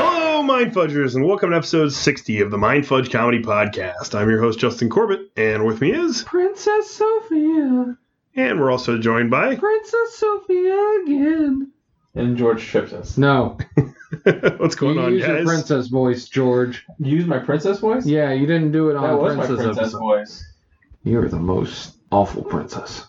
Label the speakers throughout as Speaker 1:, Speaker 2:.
Speaker 1: Mind Fudgers, and welcome to episode 60 of the Mind Fudge Comedy Podcast. I'm your host, Justin Corbett, and with me is.
Speaker 2: Princess Sophia.
Speaker 1: And we're also joined by.
Speaker 2: Princess Sophia again. And George tripped us.
Speaker 3: No.
Speaker 1: What's going
Speaker 3: you
Speaker 1: on,
Speaker 3: use your
Speaker 1: guys?
Speaker 3: princess voice, George.
Speaker 2: You used my princess voice?
Speaker 3: Yeah, you didn't do it
Speaker 2: That
Speaker 3: on the
Speaker 2: was
Speaker 3: princess,
Speaker 2: my princess
Speaker 3: episode.
Speaker 2: voice.
Speaker 3: You were the most awful princess.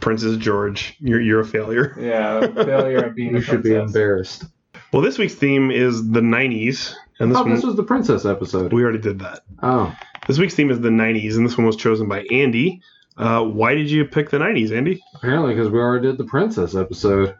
Speaker 1: Princess George, you're, you're a failure.
Speaker 2: Yeah, failure at being
Speaker 3: You
Speaker 2: a
Speaker 3: should be
Speaker 2: princess.
Speaker 3: embarrassed.
Speaker 1: Well, this week's theme is the 90s, and this
Speaker 3: oh,
Speaker 1: one
Speaker 3: this was the princess episode.
Speaker 1: we already did that.
Speaker 3: oh,
Speaker 1: This week's theme is the 90s, and this one was chosen by Andy. Uh, why did you pick the 90s, Andy?
Speaker 3: apparently because we already did the princess episode.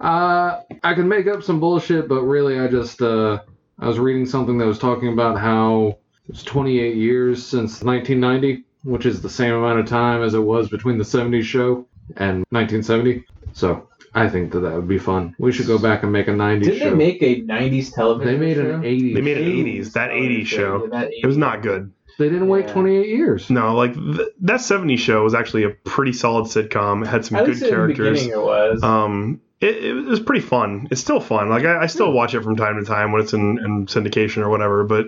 Speaker 3: Uh, I can make up some bullshit, but really, I just uh, I was reading something that was talking about how it's 28 years since 1990, which is the same amount of time as it was between the 70s show and 1970. So I think that that would be fun. We should go back and make a 90s
Speaker 2: Didn't
Speaker 3: show.
Speaker 2: they make a 90s television
Speaker 3: They made
Speaker 2: show?
Speaker 3: an 80s.
Speaker 1: They made an 80s,
Speaker 2: Eighties
Speaker 1: that 80s show.
Speaker 2: Yeah, that
Speaker 1: It was not good.
Speaker 3: They didn't wait
Speaker 2: Yeah.
Speaker 3: 28 years.
Speaker 1: No, like th- that 70s show was actually a pretty solid sitcom. It had some
Speaker 2: At
Speaker 1: good
Speaker 2: least in the
Speaker 1: characters.
Speaker 2: beginning it was.
Speaker 1: um it, it was pretty fun it's still fun like i, I still watch it from time to time when it's in, in syndication or whatever but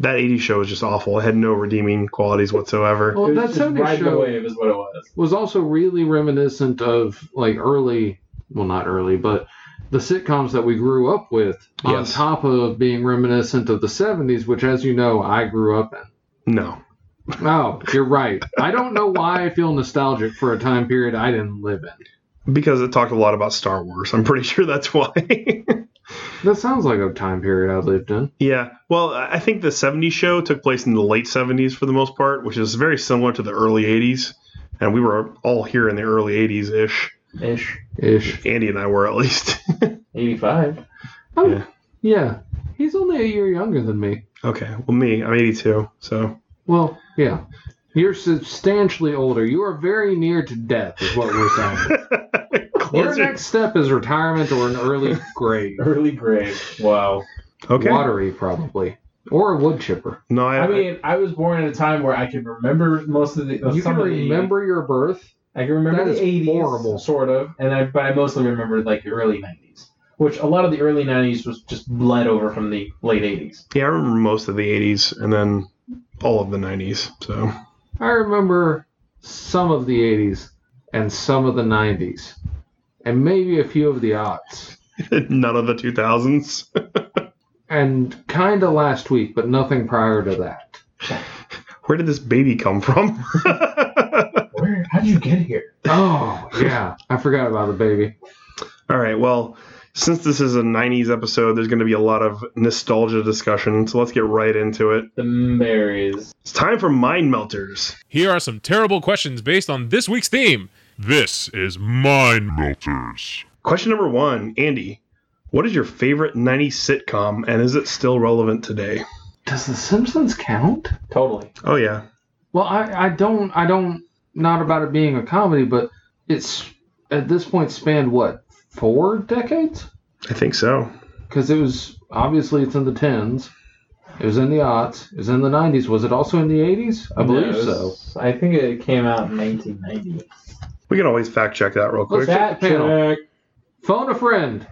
Speaker 1: that 80s show was just awful it had no redeeming qualities whatsoever
Speaker 3: Well,
Speaker 2: it was
Speaker 3: Oh, that
Speaker 2: just
Speaker 3: 70s
Speaker 2: ride the
Speaker 3: show
Speaker 2: wave is what it was.
Speaker 3: was also really reminiscent of like early, well, not early, but the sitcoms that we grew up with, on
Speaker 1: Yes.
Speaker 3: top of being reminiscent of the 70s, which, as you know, I grew up in.
Speaker 1: no
Speaker 3: Oh, you're right. I don't know why I feel nostalgic for a time period I didn't live in.
Speaker 1: because it talked a lot about star wars i'm pretty sure that's why
Speaker 3: That sounds like a time period I lived in.
Speaker 1: yeah well i I think the 70s show took place in the late 70s for the most part which is very similar to the early 80s and we were all here in the early 80s ish
Speaker 2: Ish.
Speaker 3: Ish.
Speaker 1: andy and i were at least
Speaker 2: 85.
Speaker 3: Oh,
Speaker 1: Yeah.
Speaker 3: yeah. He's only a year younger than me.
Speaker 1: okay well me i'm 82 so
Speaker 3: Well, yeah. You're substantially older. You are very near to death, is what we're saying. Your
Speaker 1: Closer.
Speaker 3: next step is retirement or an early grave.
Speaker 2: Early grade. Wow.
Speaker 1: okay
Speaker 3: Watery, probably. Or a wood chipper.
Speaker 1: no I,
Speaker 2: I mean, I was born at a time where I can remember most of the.
Speaker 3: you
Speaker 2: some
Speaker 3: can
Speaker 2: of the-
Speaker 3: remember your birth.
Speaker 2: I can remember
Speaker 3: That
Speaker 2: the
Speaker 3: is
Speaker 2: 80s,
Speaker 3: horrible.
Speaker 2: sort of, and I, but I mostly remember like the early 90s, which a lot of the early 90s was just bled over from the late 80s.
Speaker 1: Yeah, I remember most of the 80s and then all of the 90s. So,
Speaker 3: I remember some of the 80s and some of the 90s. And maybe a few of the odds.
Speaker 1: none of the 2000s.
Speaker 3: And kind of last week, but nothing prior to that.
Speaker 1: Where did this baby come from?
Speaker 2: Where? How did you get here?
Speaker 3: Oh, yeah. I forgot about the baby.
Speaker 1: all right, well, since this is a 90s episode, there's going to be a lot of nostalgia discussion. So, let's get right into it.
Speaker 2: The berries.
Speaker 1: It's time for Mind Melters.
Speaker 4: Here are some terrible questions based on this week's theme. This is Mind Melters.
Speaker 1: Question number one Andy, what is your favorite 90s sitcom and is it still relevant today?
Speaker 3: Does The Simpsons count?
Speaker 2: Totally.
Speaker 1: Oh, yeah.
Speaker 3: Well, I, I don't I don't not about it being a comedy, but it's at this point spanned what four decades?
Speaker 1: I think so.
Speaker 3: Because it was obviously it's in the tens, it was in the aughts, it was in the nineties. Was it also in the eighties? I believe
Speaker 2: Yeah, it
Speaker 3: so.
Speaker 2: was- I think it came out in 1990.
Speaker 1: We can always fact check that real
Speaker 3: Let's
Speaker 1: quick.
Speaker 3: check
Speaker 2: Fact
Speaker 3: the panel.
Speaker 2: check.
Speaker 3: Phone a friend.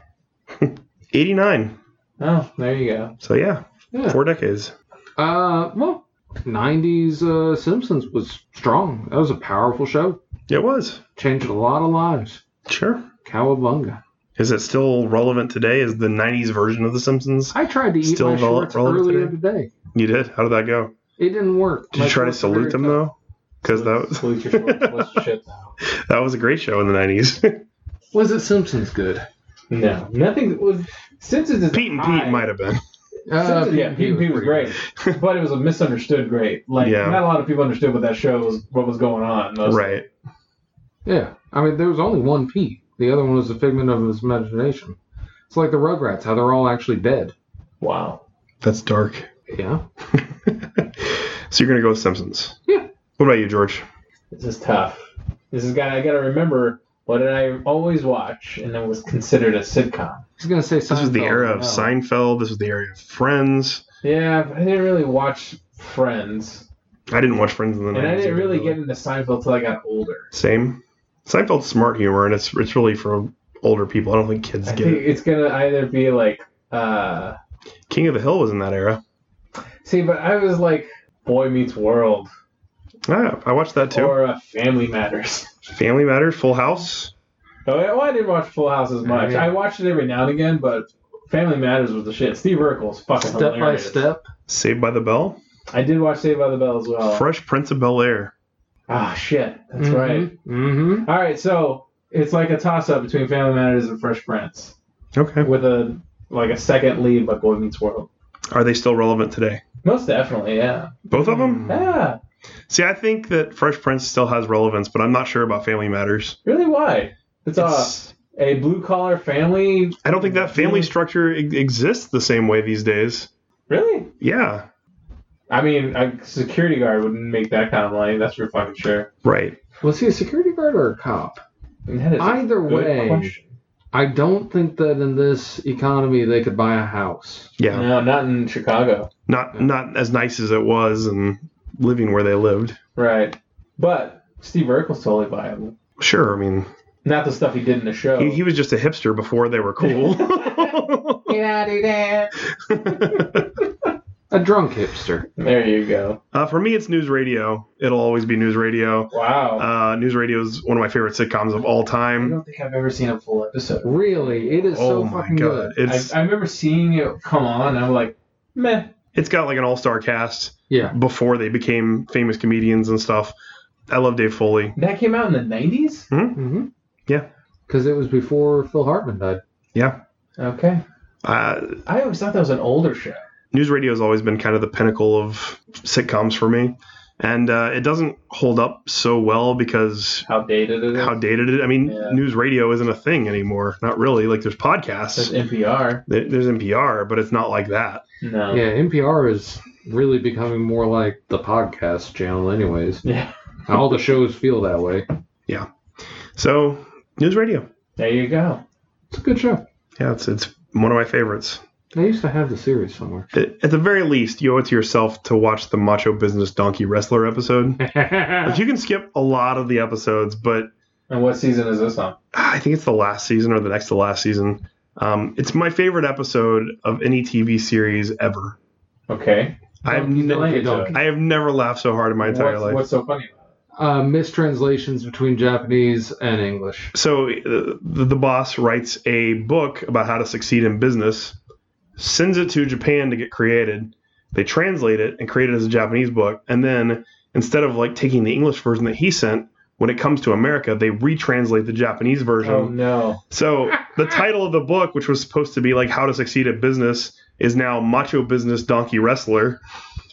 Speaker 1: 89.
Speaker 2: Oh, there you go.
Speaker 1: So, yeah,
Speaker 3: Yeah.
Speaker 1: four decades.
Speaker 3: Uh, well, nineties uh, Simpsons was strong. That was a powerful show.
Speaker 1: It was.
Speaker 3: Changed a lot of lives.
Speaker 1: Sure.
Speaker 3: Cowabunga.
Speaker 1: Is it still relevant today? Is the 90s version of The Simpsons?
Speaker 3: I tried to eat
Speaker 1: Still
Speaker 3: my
Speaker 1: rel-
Speaker 3: shorts
Speaker 1: relevant
Speaker 3: earlier
Speaker 1: today?
Speaker 3: today.
Speaker 1: You did? How did that go?
Speaker 3: It didn't work.
Speaker 1: Did
Speaker 3: My
Speaker 1: you try to
Speaker 3: shorts are very
Speaker 1: salute them,
Speaker 3: tight.
Speaker 1: though? Because that, was-
Speaker 2: Salute your shorts. What's your shit now?
Speaker 1: that was a great show in the 90s.
Speaker 3: Was it Simpsons good?
Speaker 2: No, nothing was. Simpsons is
Speaker 1: Pete and Pete
Speaker 2: high-
Speaker 1: might have been.
Speaker 3: Uh,
Speaker 2: Simpsons, yeah, Pete, Pete was great, but it was a misunderstood great. Like,
Speaker 1: Yeah.
Speaker 2: not a lot of people understood what that show was, what was going on. Most-
Speaker 1: Right.
Speaker 3: Yeah, I mean, there was only one Pete. The other one was a figment of his imagination. It's like the Rugrats, how they're all actually dead.
Speaker 2: Wow.
Speaker 1: That's dark.
Speaker 3: Yeah.
Speaker 1: So you're going to go with Simpsons?
Speaker 3: Yeah.
Speaker 1: What about you, George?
Speaker 2: This is tough. This is got. I got to remember what did I always watch, and it was considered a sitcom.
Speaker 3: He's gonna say
Speaker 1: This was the
Speaker 3: Seinfeld,
Speaker 1: era of
Speaker 3: no.
Speaker 1: Seinfeld. This was the era of Friends.
Speaker 2: Yeah, but I didn't really watch Friends,
Speaker 1: I didn't watch Friends in the 90s.
Speaker 2: and I didn't
Speaker 1: either,
Speaker 2: really get into Seinfeld till I got older.
Speaker 1: Same. Seinfeld's smart humor, and it's, it's really for older people. I don't think kids
Speaker 2: I
Speaker 1: get
Speaker 2: think
Speaker 1: it.
Speaker 2: it's gonna either be like uh,
Speaker 1: King of the Hill was in that era.
Speaker 2: See, but I was like Boy Meets World
Speaker 1: Yeah, I watched that too.
Speaker 2: or uh, Family Matters.
Speaker 1: Family Matters, Full House.
Speaker 2: Oh, yeah, well, I didn't watch Full House as much.
Speaker 3: Yeah.
Speaker 2: I watched it every now and again, but Family Matters was the shit. Steve Urkel's fucking
Speaker 3: Step by
Speaker 2: hilarious.
Speaker 3: step.
Speaker 1: Saved by the Bell,
Speaker 2: I did watch Saved by the Bell as well.
Speaker 1: Fresh Prince of Bel Air.
Speaker 2: Ah, shit. That's right.
Speaker 3: Mm-hmm.
Speaker 2: All right, so it's like a toss-up between Family Matters and Fresh Prince,
Speaker 1: Okay.
Speaker 2: with a like a second lead by Boy Meets World.
Speaker 1: Are they still relevant today?
Speaker 2: Most definitely, yeah.
Speaker 1: Both of them?
Speaker 2: Yeah.
Speaker 1: See, I think that Fresh Prince still has relevance, but I'm not sure about Family Matters.
Speaker 2: Really? Why? It's, uh,
Speaker 1: It's-
Speaker 2: a blue-collar family.
Speaker 1: I don't think that family
Speaker 2: Yeah.
Speaker 1: structure e- exists the same way these days.
Speaker 2: Really?
Speaker 1: Yeah,
Speaker 2: I mean, a security guard wouldn't make that kind of money. That's for fucking sure.
Speaker 1: right.
Speaker 3: Was he a security guard or a cop?
Speaker 2: And that is a
Speaker 3: Either
Speaker 2: good
Speaker 3: way,
Speaker 2: question.
Speaker 3: I don't think that in this economy they could buy a house.
Speaker 1: Yeah,
Speaker 2: No, not in Chicago.
Speaker 1: not not as nice as it was, and living where they lived.
Speaker 2: Right. But Steve Urkel's totally viable.
Speaker 1: Sure, I mean
Speaker 2: Not the stuff he did in the show.
Speaker 1: he, he was just a hipster before they were cool.
Speaker 2: Get out of there.
Speaker 3: A drunk hipster.
Speaker 2: There you go.
Speaker 1: uh, for me, it's news radio. It'll always be news radio.
Speaker 2: Wow.
Speaker 1: Uh, news radio is one of my favorite sitcoms of all
Speaker 2: I
Speaker 1: time.
Speaker 2: don't think I've ever seen a full episode.
Speaker 3: Really, it is
Speaker 1: oh
Speaker 3: so
Speaker 1: my
Speaker 3: fucking
Speaker 1: god,
Speaker 3: good.
Speaker 1: it's
Speaker 2: I, I remember seeing it come on. and I'm like, meh.
Speaker 1: it's got like an all star cast
Speaker 3: Yeah.
Speaker 1: before they became famous comedians and stuff. I love Dave Foley.
Speaker 2: That came out in the 90s?
Speaker 3: Mm-hmm.
Speaker 1: Yeah.
Speaker 3: Because it was before Phil Hartman died.
Speaker 2: Okay.
Speaker 1: Uh,
Speaker 2: I always thought that was an older show.
Speaker 1: news radio has always been kind of the pinnacle of sitcoms for me and uh, it doesn't hold up so well because
Speaker 2: How dated it is.
Speaker 1: how dated it i mean
Speaker 2: Yeah.
Speaker 1: news radio isn't a thing anymore not really like there's
Speaker 2: That's
Speaker 1: podcasts
Speaker 2: NPR.
Speaker 1: There- there's npr but it's not like that
Speaker 2: No.
Speaker 3: Yeah, NPR is really becoming more like the podcast channel, anyways.
Speaker 2: Yeah.
Speaker 3: All the shows feel that way.
Speaker 1: so news radio
Speaker 2: There you go.
Speaker 3: It's a good show.
Speaker 1: yeah it's, it's one of my favorites
Speaker 3: I used to have the series somewhere.
Speaker 1: at at the very least you owe it to yourself to watch the macho business donkey wrestler episode like
Speaker 3: yeah,
Speaker 1: you can skip a lot of the episodes but
Speaker 2: And what season is this on?
Speaker 1: I think it's the last season or the next to last season. Um, it's my favorite episode of any TV series ever.
Speaker 2: Okay.
Speaker 1: I've
Speaker 3: Donkey
Speaker 1: ne-
Speaker 3: Donkey
Speaker 2: Delayed, though.
Speaker 3: Donkey.
Speaker 1: I have never laughed so hard in my entire
Speaker 2: what's,
Speaker 1: life.
Speaker 2: what's so funny about
Speaker 3: Uh, mistranslations between Japanese and English.
Speaker 1: So uh, the, the boss writes a book about how to succeed in business, sends it to Japan to get created. They translate it and create it as a Japanese book, and then instead of like taking the English version that he sent, when it comes to America, they retranslate the Japanese
Speaker 2: it?
Speaker 1: version.
Speaker 2: Oh, no.
Speaker 1: So the title of the book, which was supposed to be like "How to Succeed at Business," is now "Macho Business Donkey Wrestler,"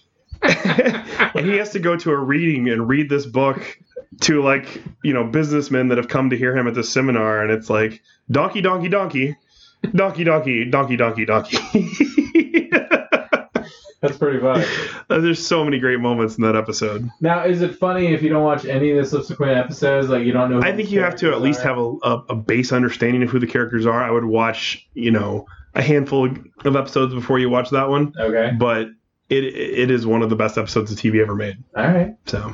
Speaker 1: and he has to go to a reading and read this book to like you know businessmen that have come to hear him at this seminar, and it's like donkey, donkey, donkey, donkey, donkey, donkey, donkey, donkey.
Speaker 2: That's pretty funny.
Speaker 1: There's so many great moments in that episode.
Speaker 2: Now, is it funny if you don't watch any of the subsequent episodes? Like you don't know.
Speaker 1: I think you have to at least have a, a, a base understanding of who the characters are. I would watch you know a handful of episodes before you watch that one.
Speaker 2: Okay.
Speaker 1: but it it is one of the best episodes of TV ever made.
Speaker 2: All right.
Speaker 1: So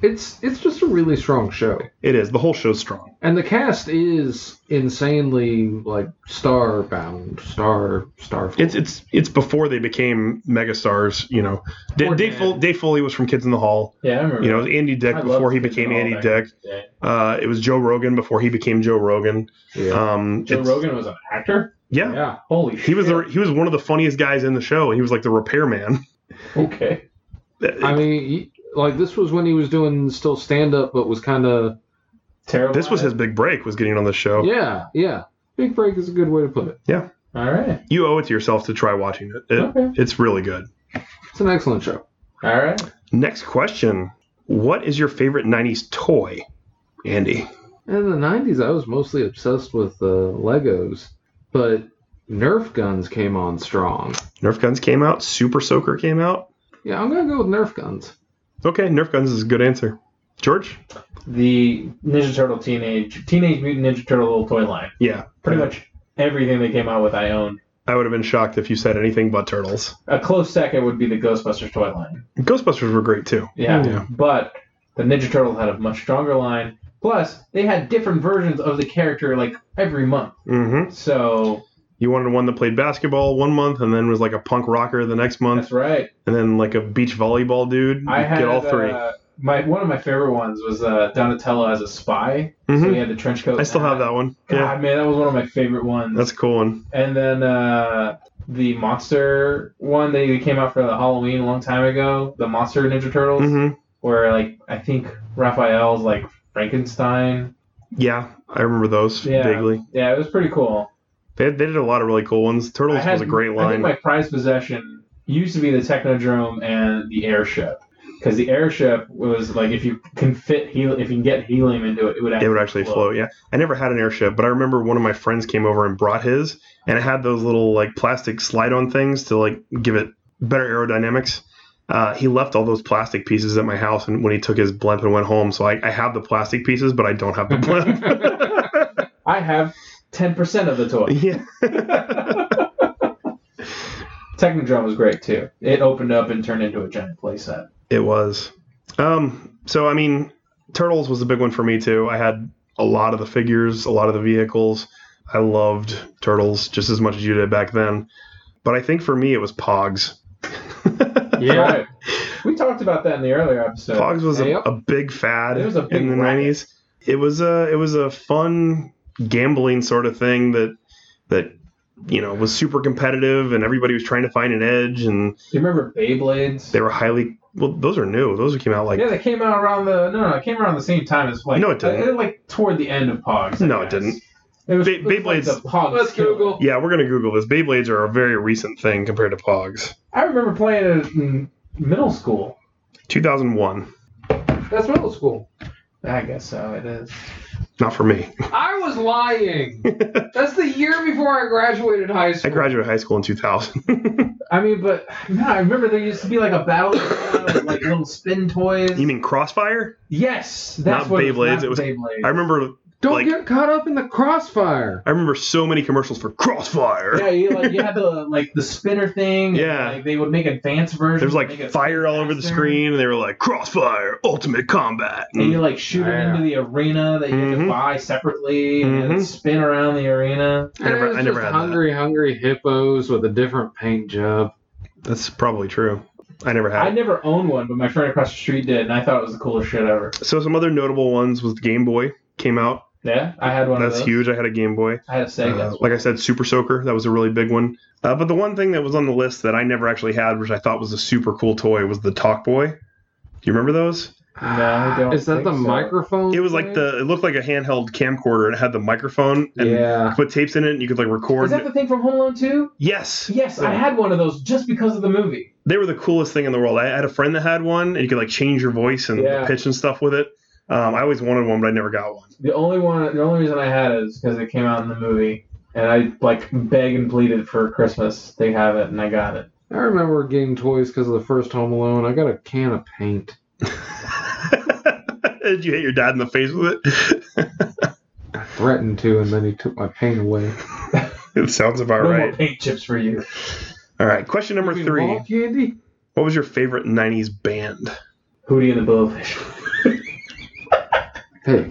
Speaker 3: It's it's just a really strong show,
Speaker 1: it is. The whole show's strong.
Speaker 3: and the cast is insanely like star bound, star star.
Speaker 1: It's it's it's before they became megastars. You know, D-
Speaker 3: Poor
Speaker 1: Dave,
Speaker 3: Dan.
Speaker 1: Fol- Dave Foley was from Kids in the Hall.
Speaker 2: Yeah, I remember.
Speaker 1: You know, Andy Dick
Speaker 2: I
Speaker 1: before
Speaker 2: loved
Speaker 1: he
Speaker 2: Kids in
Speaker 1: became
Speaker 2: the Hall
Speaker 1: Andy
Speaker 2: back
Speaker 1: Dick.
Speaker 2: in the day.
Speaker 1: Uh, it was Joe Rogan before he became Joe Rogan.
Speaker 3: yeah.
Speaker 1: Um,
Speaker 2: Joe
Speaker 1: it's-
Speaker 2: Rogan was an actor.
Speaker 1: Yeah.
Speaker 3: yeah.
Speaker 2: Holy shit.
Speaker 1: He was the, he was one of the funniest guys in the show, and he was like the repairman.
Speaker 2: okay.
Speaker 3: I mean, he- like this was when he was doing still stand up, but was kind of
Speaker 2: Terrible.
Speaker 1: this was his big break was getting on the show.
Speaker 3: yeah, yeah. Big break is a good way to put it.
Speaker 2: All right.
Speaker 1: You owe it to yourself to try watching it. It-
Speaker 2: Okay.
Speaker 1: It's really good.
Speaker 3: It's an excellent show.
Speaker 2: All right.
Speaker 1: Next question: What is your favorite '90s toy, Andy?
Speaker 3: In the '90s, I was mostly obsessed with uh, Legos, but Nerf guns came on strong.
Speaker 1: Nerf guns came out. Super Soaker came out.
Speaker 3: Yeah, I'm gonna go with Nerf guns.
Speaker 1: Okay, Nerf guns is a good answer. George?
Speaker 2: The Ninja Turtle teenage Teenage Mutant Ninja Turtle little toy line.
Speaker 1: Yeah.
Speaker 2: Pretty
Speaker 1: Yeah.
Speaker 2: much everything they came out with, I own.
Speaker 1: I would have been shocked if you said anything but turtles.
Speaker 2: A close second would be the Ghostbusters toy line.
Speaker 1: Ghostbusters were great too.
Speaker 2: Yeah.
Speaker 1: Yeah.
Speaker 2: But the Ninja Turtle had a much stronger line. Plus, they had different versions of the character like every month.
Speaker 1: Mm-hmm.
Speaker 2: So
Speaker 1: You wanted one that played basketball one month and then was like a punk rocker the next month
Speaker 2: That's right.
Speaker 1: and then like a beach volleyball dude.
Speaker 2: I
Speaker 1: You
Speaker 2: had
Speaker 1: get all three.
Speaker 2: Uh, my one of my favorite ones was uh, Donatello as a spy. So
Speaker 1: Mhm.
Speaker 2: he had the trench coat.
Speaker 1: I still have that one.
Speaker 2: God,
Speaker 1: Yeah,
Speaker 2: man, that was one of my favorite ones.
Speaker 1: that's a cool one.
Speaker 2: And then uh, the monster one that came out for the Halloween a long time ago, the Monster Ninja Turtles,
Speaker 1: hmm
Speaker 2: where like I think Raphael's like Frankenstein.
Speaker 1: Yeah, I remember those
Speaker 2: Yeah.
Speaker 1: vaguely.
Speaker 2: Yeah, it was pretty cool.
Speaker 1: They, they did a lot of really cool ones. Turtles
Speaker 2: I had-
Speaker 1: was a great
Speaker 2: I think
Speaker 1: line.
Speaker 2: my prized possession used to be the Technodrome and the airship, because the airship was like if you can fit hel- if you can get helium into it, it would actually
Speaker 1: it would actually float. Yeah, I never had an airship, but I remember one of my friends came over and brought his, and it had those little like plastic slide-on things to like give it better aerodynamics. Uh, he left all those plastic pieces at my house, and when he took his blimp and went home, so I, I have the plastic pieces, but I don't have the blimp.
Speaker 2: I have ten percent of the toy.
Speaker 1: yeah,
Speaker 2: Technodrome was great too. It opened up and turned into a giant playset.
Speaker 1: it was. Um, so I mean, Turtles was a big one for me too. I had a lot of the figures, a lot of the vehicles. I loved Turtles just as much as you did back then, but I think for me it was Pogs.
Speaker 3: Yeah.
Speaker 2: Right. We talked about that in the earlier episode.
Speaker 1: Pogs was a,
Speaker 3: Yep.
Speaker 1: a big fad
Speaker 2: It was a big
Speaker 1: in the
Speaker 2: racket.
Speaker 1: nineties. It was a it was a fun gambling sort of thing that that you know was super competitive and everybody was trying to find an edge and
Speaker 2: Do you remember Beyblades?
Speaker 1: they were highly well those are new those came out like
Speaker 2: yeah, they came out around the no, no, it came around the same time as Flight.
Speaker 1: No, it didn't.
Speaker 2: Uh, like toward the end of Pogs. I
Speaker 1: No, it
Speaker 2: guess.
Speaker 1: didn't.
Speaker 2: It was,
Speaker 1: Bey-
Speaker 2: it was like
Speaker 1: Beyblades-
Speaker 2: the Pogs.
Speaker 3: Let's
Speaker 2: killer.
Speaker 3: Google.
Speaker 1: yeah we're gonna Google this Beyblades are a very recent thing compared to Pogs
Speaker 2: I remember playing it in middle school.
Speaker 1: two thousand one
Speaker 3: That's middle school.
Speaker 2: I guess so. It is.
Speaker 1: not for me
Speaker 3: I was lying. That's the year before I graduated high
Speaker 1: I
Speaker 3: school.
Speaker 1: graduated high school in two thousand
Speaker 2: I mean, but no, I remember there used to be like a battle with, like little spin toys.
Speaker 1: you mean Crossfire
Speaker 2: yes, that's
Speaker 1: Not
Speaker 2: what
Speaker 1: Beyblades,
Speaker 2: It
Speaker 1: it
Speaker 2: was
Speaker 1: was-
Speaker 2: not Beyblades.
Speaker 1: I remember
Speaker 3: Don't
Speaker 1: Like-
Speaker 3: get caught up in the crossfire.
Speaker 1: I remember so many commercials for Crossfire
Speaker 2: yeah, you like you had the like the spinner thing.
Speaker 1: Yeah.
Speaker 2: like, they would make advanced versions.
Speaker 1: There's
Speaker 2: make
Speaker 1: like
Speaker 2: it
Speaker 1: fire all over the
Speaker 2: faster.
Speaker 1: screen, and they were like Crossfire Ultimate Combat.
Speaker 2: and you like shoot 'em
Speaker 3: Yeah.
Speaker 2: into the arena that you have to
Speaker 1: Mhm.
Speaker 2: buy separately and
Speaker 1: Mhm.
Speaker 2: spin around the arena.
Speaker 1: I never-
Speaker 3: And it was
Speaker 1: I never
Speaker 3: just
Speaker 1: had that.
Speaker 3: hungry, hungry hippos with a different paint job.
Speaker 1: That's probably true. I never
Speaker 2: I
Speaker 1: had.
Speaker 2: never owned one, but my friend across the street did, and I thought it was the coolest shit ever.
Speaker 1: so some other notable ones was the Game Boy came out.
Speaker 2: Yeah, I had one
Speaker 1: That's
Speaker 2: of those.
Speaker 1: huge. I had a Game Boy.
Speaker 2: I had a Sega.
Speaker 1: Uh, like I said, Super Soaker. That was a really big one. Uh, but the one thing that was on the list that I never actually had, which I thought was a super cool toy, was the Talk Boy. Do you remember those?
Speaker 2: No, I don't
Speaker 3: Is that
Speaker 2: think
Speaker 3: the
Speaker 2: so.
Speaker 3: microphone?
Speaker 1: It was like
Speaker 3: thing?
Speaker 1: the. It looked like a handheld camcorder. and It had the microphone and
Speaker 3: yeah.
Speaker 1: put tapes in it, and you could like record.
Speaker 2: Is that the thing from Home Alone 2?
Speaker 1: yes,
Speaker 2: Yes, I
Speaker 1: Yeah.
Speaker 2: had one of those just because of the movie.
Speaker 1: they were the coolest thing in the world. I had a friend that had one, and you could like change your voice and
Speaker 2: Yeah.
Speaker 1: the pitch and stuff with it. Um, I always wanted one, but I never got one.
Speaker 2: The only one, the only reason I had it is because it came out in the movie, and I like begged and pleaded for Christmas they have it, and I got it.
Speaker 3: I remember getting toys because of the first Home Alone. I got a can of paint.
Speaker 1: Did you hit your dad in the face with it?
Speaker 3: I threatened to, and then he took my paint away.
Speaker 1: it sounds about
Speaker 2: no more
Speaker 1: right.
Speaker 2: paint chips for you.
Speaker 1: All right, question number
Speaker 3: You mean
Speaker 1: three.
Speaker 3: ball Candy.
Speaker 1: What was your favorite '90s band?
Speaker 2: Hootie and the Blowfish.
Speaker 3: Hey,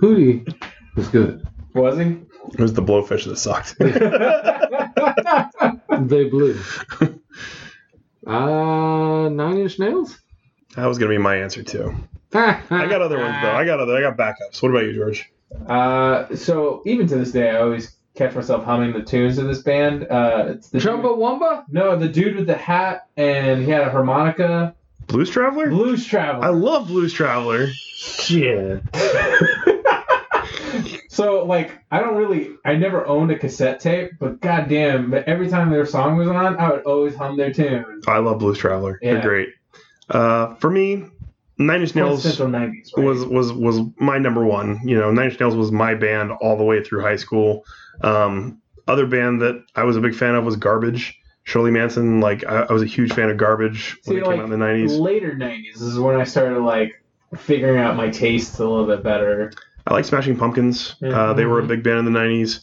Speaker 3: Hootie was good.
Speaker 2: Was he?
Speaker 1: It was the Blowfish that sucked.
Speaker 3: They blew. Uh, nine inch nails.
Speaker 1: that was gonna be my answer too. I
Speaker 3: I
Speaker 1: got other ones though. I got other. I got backups. What about you, George?
Speaker 2: uh, so even to this day, I always catch myself humming the tunes of this band. Uh, it's the
Speaker 3: Chumba Wumba.
Speaker 2: Dude, no, the dude with the hat and he had a harmonica.
Speaker 1: Blues Traveler.
Speaker 2: Blues
Speaker 1: I
Speaker 2: Traveler.
Speaker 1: love Blues Traveler.
Speaker 3: Shit.
Speaker 2: So like, I don't really, I never owned a cassette tape, but goddamn, but every time their song was on, I would always hum their tune.
Speaker 1: I love Blues Traveler.
Speaker 2: Yeah.
Speaker 1: They're great. Uh, for me, Nine Inch Nails.
Speaker 2: Central nineties.
Speaker 1: was was was my number one. You know, Nine Inch Nails was my band all the way through high school. Um, other band that I was a big fan of was Garbage. Shirley Manson, like I, I was a huge fan of Garbage when
Speaker 2: See,
Speaker 1: it came
Speaker 2: like,
Speaker 1: out in the nineties.
Speaker 2: later nineties is when I started like figuring out my tastes a little bit better.
Speaker 1: I like Smashing Pumpkins. Uh, they were a
Speaker 2: Mhm.
Speaker 1: big band in the nineties.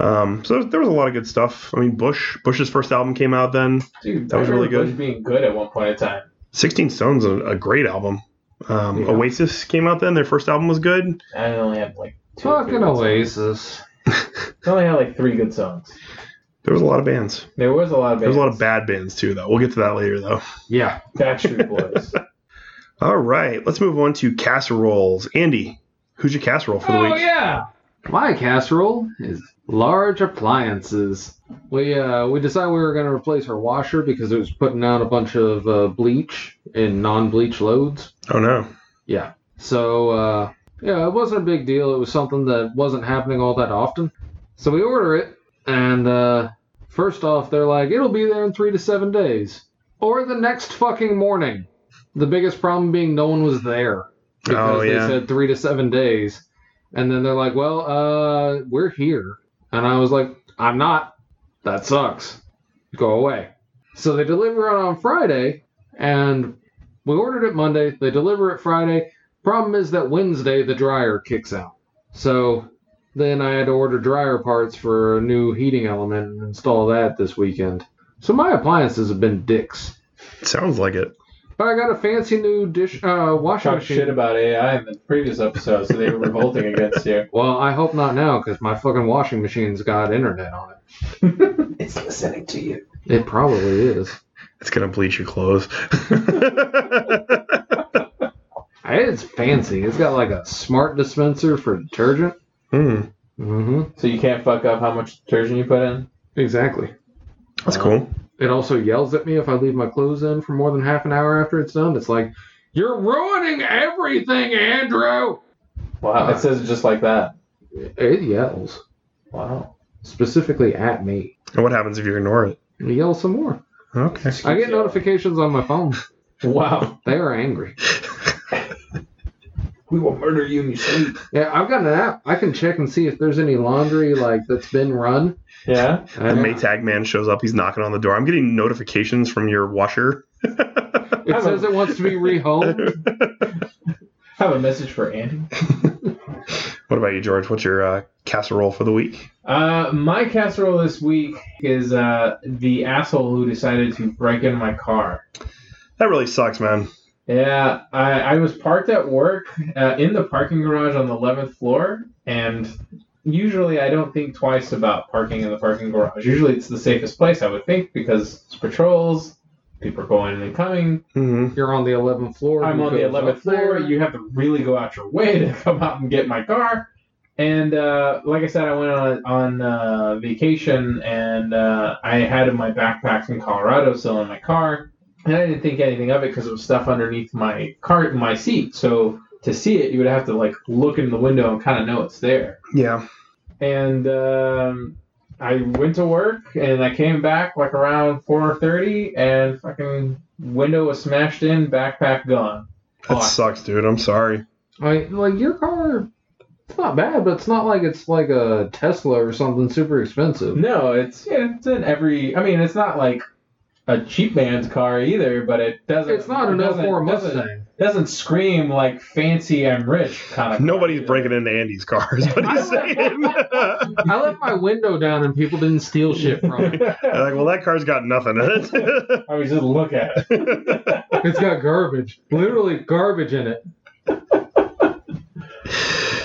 Speaker 1: Um, so there was a lot of good stuff. I mean, Bush. Bush's first album came out then.
Speaker 2: Dude,
Speaker 1: That
Speaker 2: I
Speaker 1: was really
Speaker 2: remember
Speaker 1: good.
Speaker 2: Bush being good at one point in time.
Speaker 1: Sixteen Stones, a, a great album. Um,
Speaker 3: Yeah.
Speaker 1: Oasis came out then. Their first album was good.
Speaker 2: I only have like two. or three
Speaker 3: Fucking
Speaker 2: months.
Speaker 3: Oasis.
Speaker 2: It only had like three good songs.
Speaker 1: There was a lot of bands.
Speaker 2: There was a lot of
Speaker 1: There
Speaker 2: bands.
Speaker 1: was a lot of bad bands too, though. We'll get to that later, though.
Speaker 3: Yeah.
Speaker 2: Backstreet Boys.
Speaker 1: All right, let's move on to casseroles. Andy, who's your casserole for the week?
Speaker 3: yeah. My casserole is large appliances. We uh, we decided we were going to replace our washer because it was putting out a bunch of uh, bleach in non-bleach loads.
Speaker 1: Oh no.
Speaker 3: Yeah. So uh, yeah, it wasn't a big deal. It was something that wasn't happening all that often. So we order it, and uh, first off, they're like, it'll be there in three to seven days, or the next fucking morning. The biggest problem being no one was there because
Speaker 1: Oh, yeah.
Speaker 3: they said three to seven days, and then they're like, well, uh, we're here, and I was like, I'm not. That sucks. Go away. So they deliver it on Friday, and we ordered it Monday. They deliver it Friday. Problem is that Wednesday the dryer kicks out. So then I had to order dryer parts for a new heating element and install that this weekend. So my appliances have been dicks.
Speaker 1: Sounds like it.
Speaker 3: But I got a fancy new dish uh, washing
Speaker 2: Talk
Speaker 3: machine.
Speaker 2: shit about AI in the previous episode, so they were revolting against you.
Speaker 3: well, I hope not now because my fucking washing machine's got internet on it.
Speaker 2: It's listening to you.
Speaker 3: It probably is.
Speaker 1: It's gonna bleach your clothes. Hmm,
Speaker 3: It's fancy. It's got like a smart dispenser for detergent.
Speaker 1: Hmm,
Speaker 3: Mm-hmm.
Speaker 2: So you can't fuck up how much detergent you put in.
Speaker 3: Exactly.
Speaker 1: that's cool.
Speaker 3: It also yells at me if I leave my clothes in for more than half an hour after it's done. It's like, you're ruining everything, Andrew.
Speaker 2: Wow. It says it just like that.
Speaker 3: It yells
Speaker 2: Wow.
Speaker 3: specifically at me.
Speaker 1: And what happens if you ignore it?
Speaker 3: It yells some more.
Speaker 1: Okay.
Speaker 3: I get notifications on my phone.
Speaker 2: Wow.
Speaker 3: They are angry.
Speaker 2: We will murder you in your sleep.
Speaker 3: Yeah, I've got an app. I can check and see if there's any laundry like that's been run.
Speaker 2: Yeah.
Speaker 1: The
Speaker 3: And
Speaker 1: Maytag man shows up. He's knocking on the door. I'm getting notifications from your washer.
Speaker 3: It says it wants to be rehomed.
Speaker 2: I have a message for Andy.
Speaker 1: What about you, George? What's your uh, casserole for the week?
Speaker 2: Uh, my casserole this week is uh, the asshole who decided to break into my car.
Speaker 1: That really sucks, man.
Speaker 2: Yeah, I, I was parked at work uh, in the parking garage on the 11th floor, and usually I don't think twice about parking in the parking garage. Usually it's the safest place, I would think, because it's patrols, people are going and coming.
Speaker 1: hmm
Speaker 3: You're on the 11th floor.
Speaker 2: I'm
Speaker 3: You
Speaker 2: on the
Speaker 3: go
Speaker 2: 11th
Speaker 3: up there.
Speaker 2: floor. You have to really go out your way to come out and get my car. And uh, like I said, I went on on uh, vacation, and uh, I had my backpack from Colorado still in my car, and I didn't think anything of it because it was stuff underneath my cart, my seat. So to see it, you would have to like look in the window and kind of know it's there
Speaker 1: Yeah.
Speaker 2: and um, I went to work and I came back like around four thirty and fucking window was smashed in, backpack gone.
Speaker 1: That
Speaker 2: Fuck.
Speaker 1: sucks, dude. I'm sorry.
Speaker 3: I mean, like your car, it's not bad, but it's not like it's like a Tesla or something super expensive.
Speaker 2: No, it's yeah, it's in every. I mean, it's not like a cheap man's car either, but it doesn't.
Speaker 3: It's not
Speaker 2: it
Speaker 3: an
Speaker 2: doesn't-
Speaker 3: 04
Speaker 2: Doesn't,
Speaker 3: Mustang.
Speaker 2: doesn't scream like fancy I'm rich kind of.
Speaker 1: Nobody's breaking into Andy's car. Is what he's saying. They're
Speaker 3: I left my window down and people didn't steal shit from it.
Speaker 1: like, well, that car's got nothing in it.
Speaker 2: I was just look at it.
Speaker 3: It's got garbage, literally garbage in it.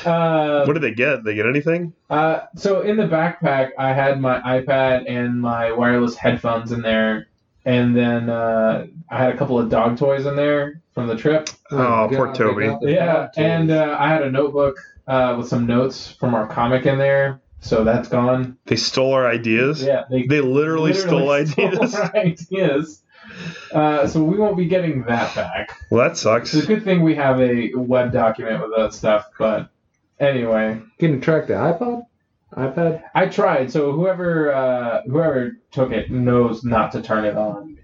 Speaker 2: Uh,
Speaker 1: what did they get? Did they get anything?
Speaker 2: Uh, so in the backpack, I had my iPad and my wireless headphones in there, and then uh, I had a couple of dog toys in there from the trip.
Speaker 1: Oh, poor
Speaker 3: God, they
Speaker 1: Toby.
Speaker 3: got the
Speaker 2: Yeah,
Speaker 3: dog toys.
Speaker 2: and uh, I had a notebook uh, with some notes from our comic in there, so that's gone.
Speaker 1: They stole our ideas.
Speaker 2: Yeah,
Speaker 1: They literally, stole ideas.
Speaker 2: our ideas. Uh, so we won't be getting that back.
Speaker 1: Well, that sucks.
Speaker 2: It's a good thing we have a web document with that stuff, but anyway.
Speaker 3: can you track the iPod, iPad.
Speaker 2: I tried, so whoever uh, whoever took it knows not to turn it on.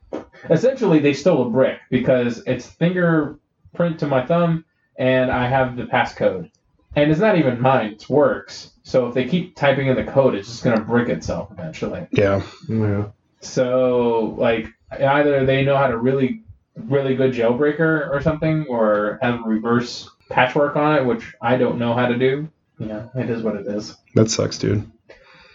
Speaker 2: Essentially, they stole a brick because it's fingerprint to my thumb, and I have the passcode, and it's not even mine; it's works. So if they keep typing in the code, it's just gonna brick itself eventually.
Speaker 1: yeah.
Speaker 3: Yeah.
Speaker 2: So like either they know how to really really good jailbreaker or something, or have reverse patchwork on it, which I don't know how to do. Yeah, it is what it is.
Speaker 1: That sucks, dude.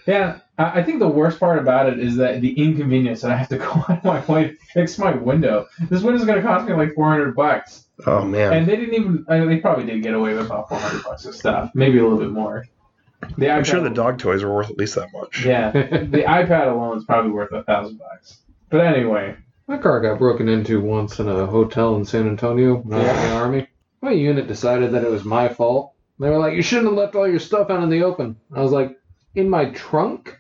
Speaker 2: Yeah, I I think the worst part about it is that the inconvenience that I have to go out of my way to fix my window. This window's gonna cost me like four hundred bucks,
Speaker 1: Oh man.
Speaker 2: and they didn't even. I mean, they probably did get away with about four hundred bucks of stuff, maybe a little bit more. The iPad,
Speaker 1: I'm sure the dog toys were worth at least that much.
Speaker 2: Yeah, the iPad alone is probably worth a thousand bucks. But anyway,
Speaker 3: My car got broken into once in a hotel in San Antonio when I was in the army. My unit decided that it was my fault. They were like, "You shouldn't have left all your stuff out in the open." I was like, "In my trunk?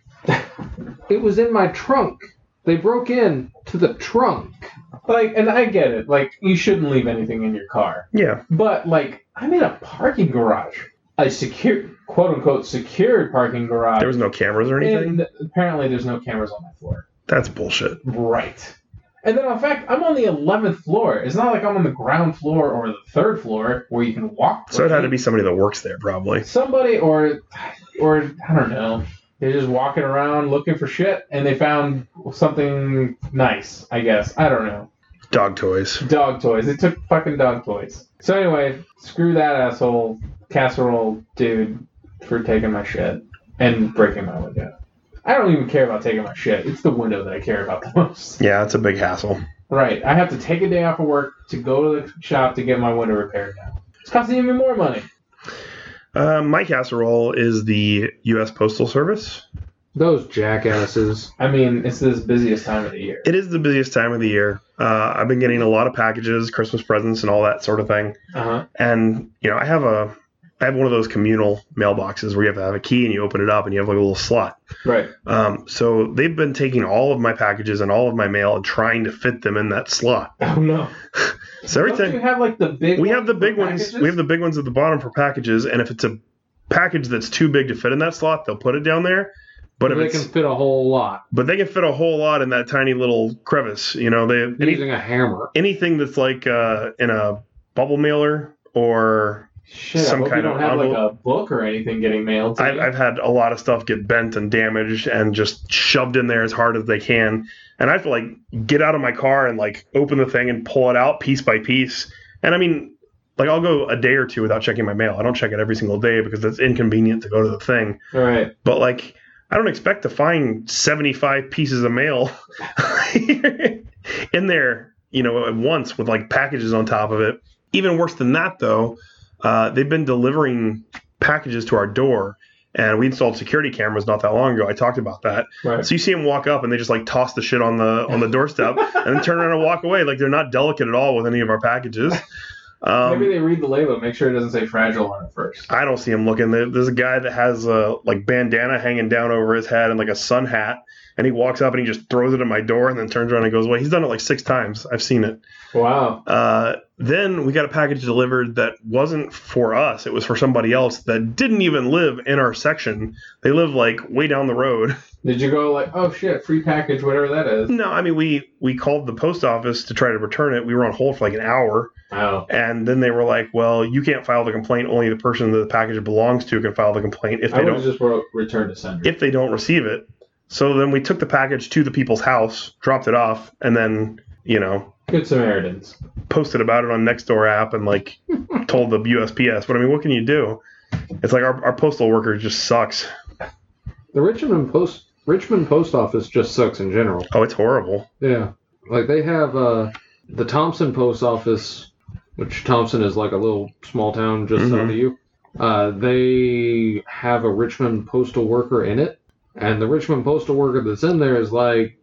Speaker 3: it was in my trunk. They broke in to the trunk."
Speaker 2: like, and I get it. Like, you shouldn't leave anything in your car.
Speaker 1: Yeah.
Speaker 2: But like, I'm in a parking garage, a secure, quote unquote, secured parking garage.
Speaker 1: There was no cameras or anything.
Speaker 2: and apparently, there's no cameras on my floor.
Speaker 1: That's bullshit.
Speaker 2: Right. And then, in fact, I'm on the 11th floor. It's not like I'm on the ground floor or the third floor where you can walk.
Speaker 1: So it had to
Speaker 2: right?
Speaker 1: be somebody that works there, probably.
Speaker 2: somebody or, or I don't know. They're just walking around looking for shit, and they found something nice. I guess I don't know.
Speaker 1: Dog toys.
Speaker 2: Dog toys. They took fucking dog toys. So anyway, screw that asshole casserole dude for taking my shit and breaking my window. I don't even care about taking my shit. It's the window that I care about the most.
Speaker 1: Yeah, it's a big hassle.
Speaker 2: Right. I have to take a day off of work to go to the shop to get my window repaired now. It's costing even more money.
Speaker 1: Uh, my casserole is the U.S. Postal Service.
Speaker 3: Those jackasses.
Speaker 2: I mean, it's this busiest time of the year.
Speaker 1: It is the busiest time of the year. Uh, I've been getting a lot of packages, Christmas presents, and all that sort of thing.
Speaker 2: Uh-huh.
Speaker 1: And you know, I have a, I have one of those communal mailboxes where you have to have a key and you open it up and you have like a little slot.
Speaker 2: Right.
Speaker 1: Um, so they've been taking all of my packages and all of my mail and trying to fit them in that slot.
Speaker 2: Oh no.
Speaker 1: So every
Speaker 2: Don't
Speaker 1: time
Speaker 2: you have like the big
Speaker 1: we have the
Speaker 2: for
Speaker 1: big ones,
Speaker 2: packages?
Speaker 1: we have the big ones at the bottom for packages, and if it's a package that's too big to fit in that slot, they'll put it down there. But if
Speaker 3: they
Speaker 1: it's,
Speaker 3: can fit a whole lot
Speaker 1: but they can fit a whole lot in that tiny little crevice. You know, they any,
Speaker 3: using a hammer.
Speaker 1: anything that's like uh, in a bubble mailer or
Speaker 2: Shit,
Speaker 1: some
Speaker 2: I hope
Speaker 1: kind
Speaker 2: you
Speaker 1: of
Speaker 2: don't have like
Speaker 1: envelope.
Speaker 2: a book or anything getting mailed to
Speaker 1: I've,
Speaker 2: you.
Speaker 1: I've had a lot of stuff get bent and damaged and just shoved in there as hard as they can. And I have to like get out of my car and like open the thing and pull it out piece by piece. And I mean, like I'll go a day or two without checking my mail. I don't check it every single day because it's inconvenient to go to the thing.
Speaker 2: All right.
Speaker 1: But like, I don't expect to find 75 pieces of mail in there, you know, at once with like packages on top of it. Even worse than that, though, uh, they've been delivering packages to our door. And we installed security cameras not that long ago. I talked about that.
Speaker 2: Right.
Speaker 1: So you see them walk up and they just like toss the shit on the on the doorstep and then turn around and walk away. Like they're not delicate at all with any of our packages. Um,
Speaker 2: Maybe they read the label, make sure it doesn't say fragile on it first.
Speaker 1: I don't see him looking. There- There's a guy that has a like bandana hanging down over his head and like a sun hat, and he walks up and he just throws it at my door and then turns around and goes away. He's done it like six times. I've seen it.
Speaker 2: Wow.
Speaker 1: Uh, then we got a package delivered that wasn't for us. It was for somebody else that didn't even live in our section. They live like way down the road.
Speaker 2: Did you go like, oh shit, free package, whatever that is?
Speaker 1: No, I mean we we called the post office to try to return it. We were on hold for like an hour.
Speaker 2: Oh.
Speaker 1: And then they were like, "Well, you can't file the complaint. Only the person that the package belongs to can file the complaint if
Speaker 2: I
Speaker 1: they
Speaker 2: would
Speaker 1: don't
Speaker 2: have just wrote return to sender.
Speaker 1: if they don't receive it." So then we took the package to the people's house, dropped it off, and then you know
Speaker 2: Good Samaritans.
Speaker 1: posted about it on Nextdoor app and like told the USPS. But I mean, what can you do? It's like our, our postal worker just sucks.
Speaker 3: The Richmond Post Richmond Post Office just sucks in general.
Speaker 1: Oh, it's horrible.
Speaker 3: Yeah. Like they have uh, the Thompson Post Office, which Thompson is like a little small town just south of
Speaker 1: Mhm.
Speaker 3: you. Uh, they have a Richmond postal worker in it, and the Richmond postal worker that's in there is like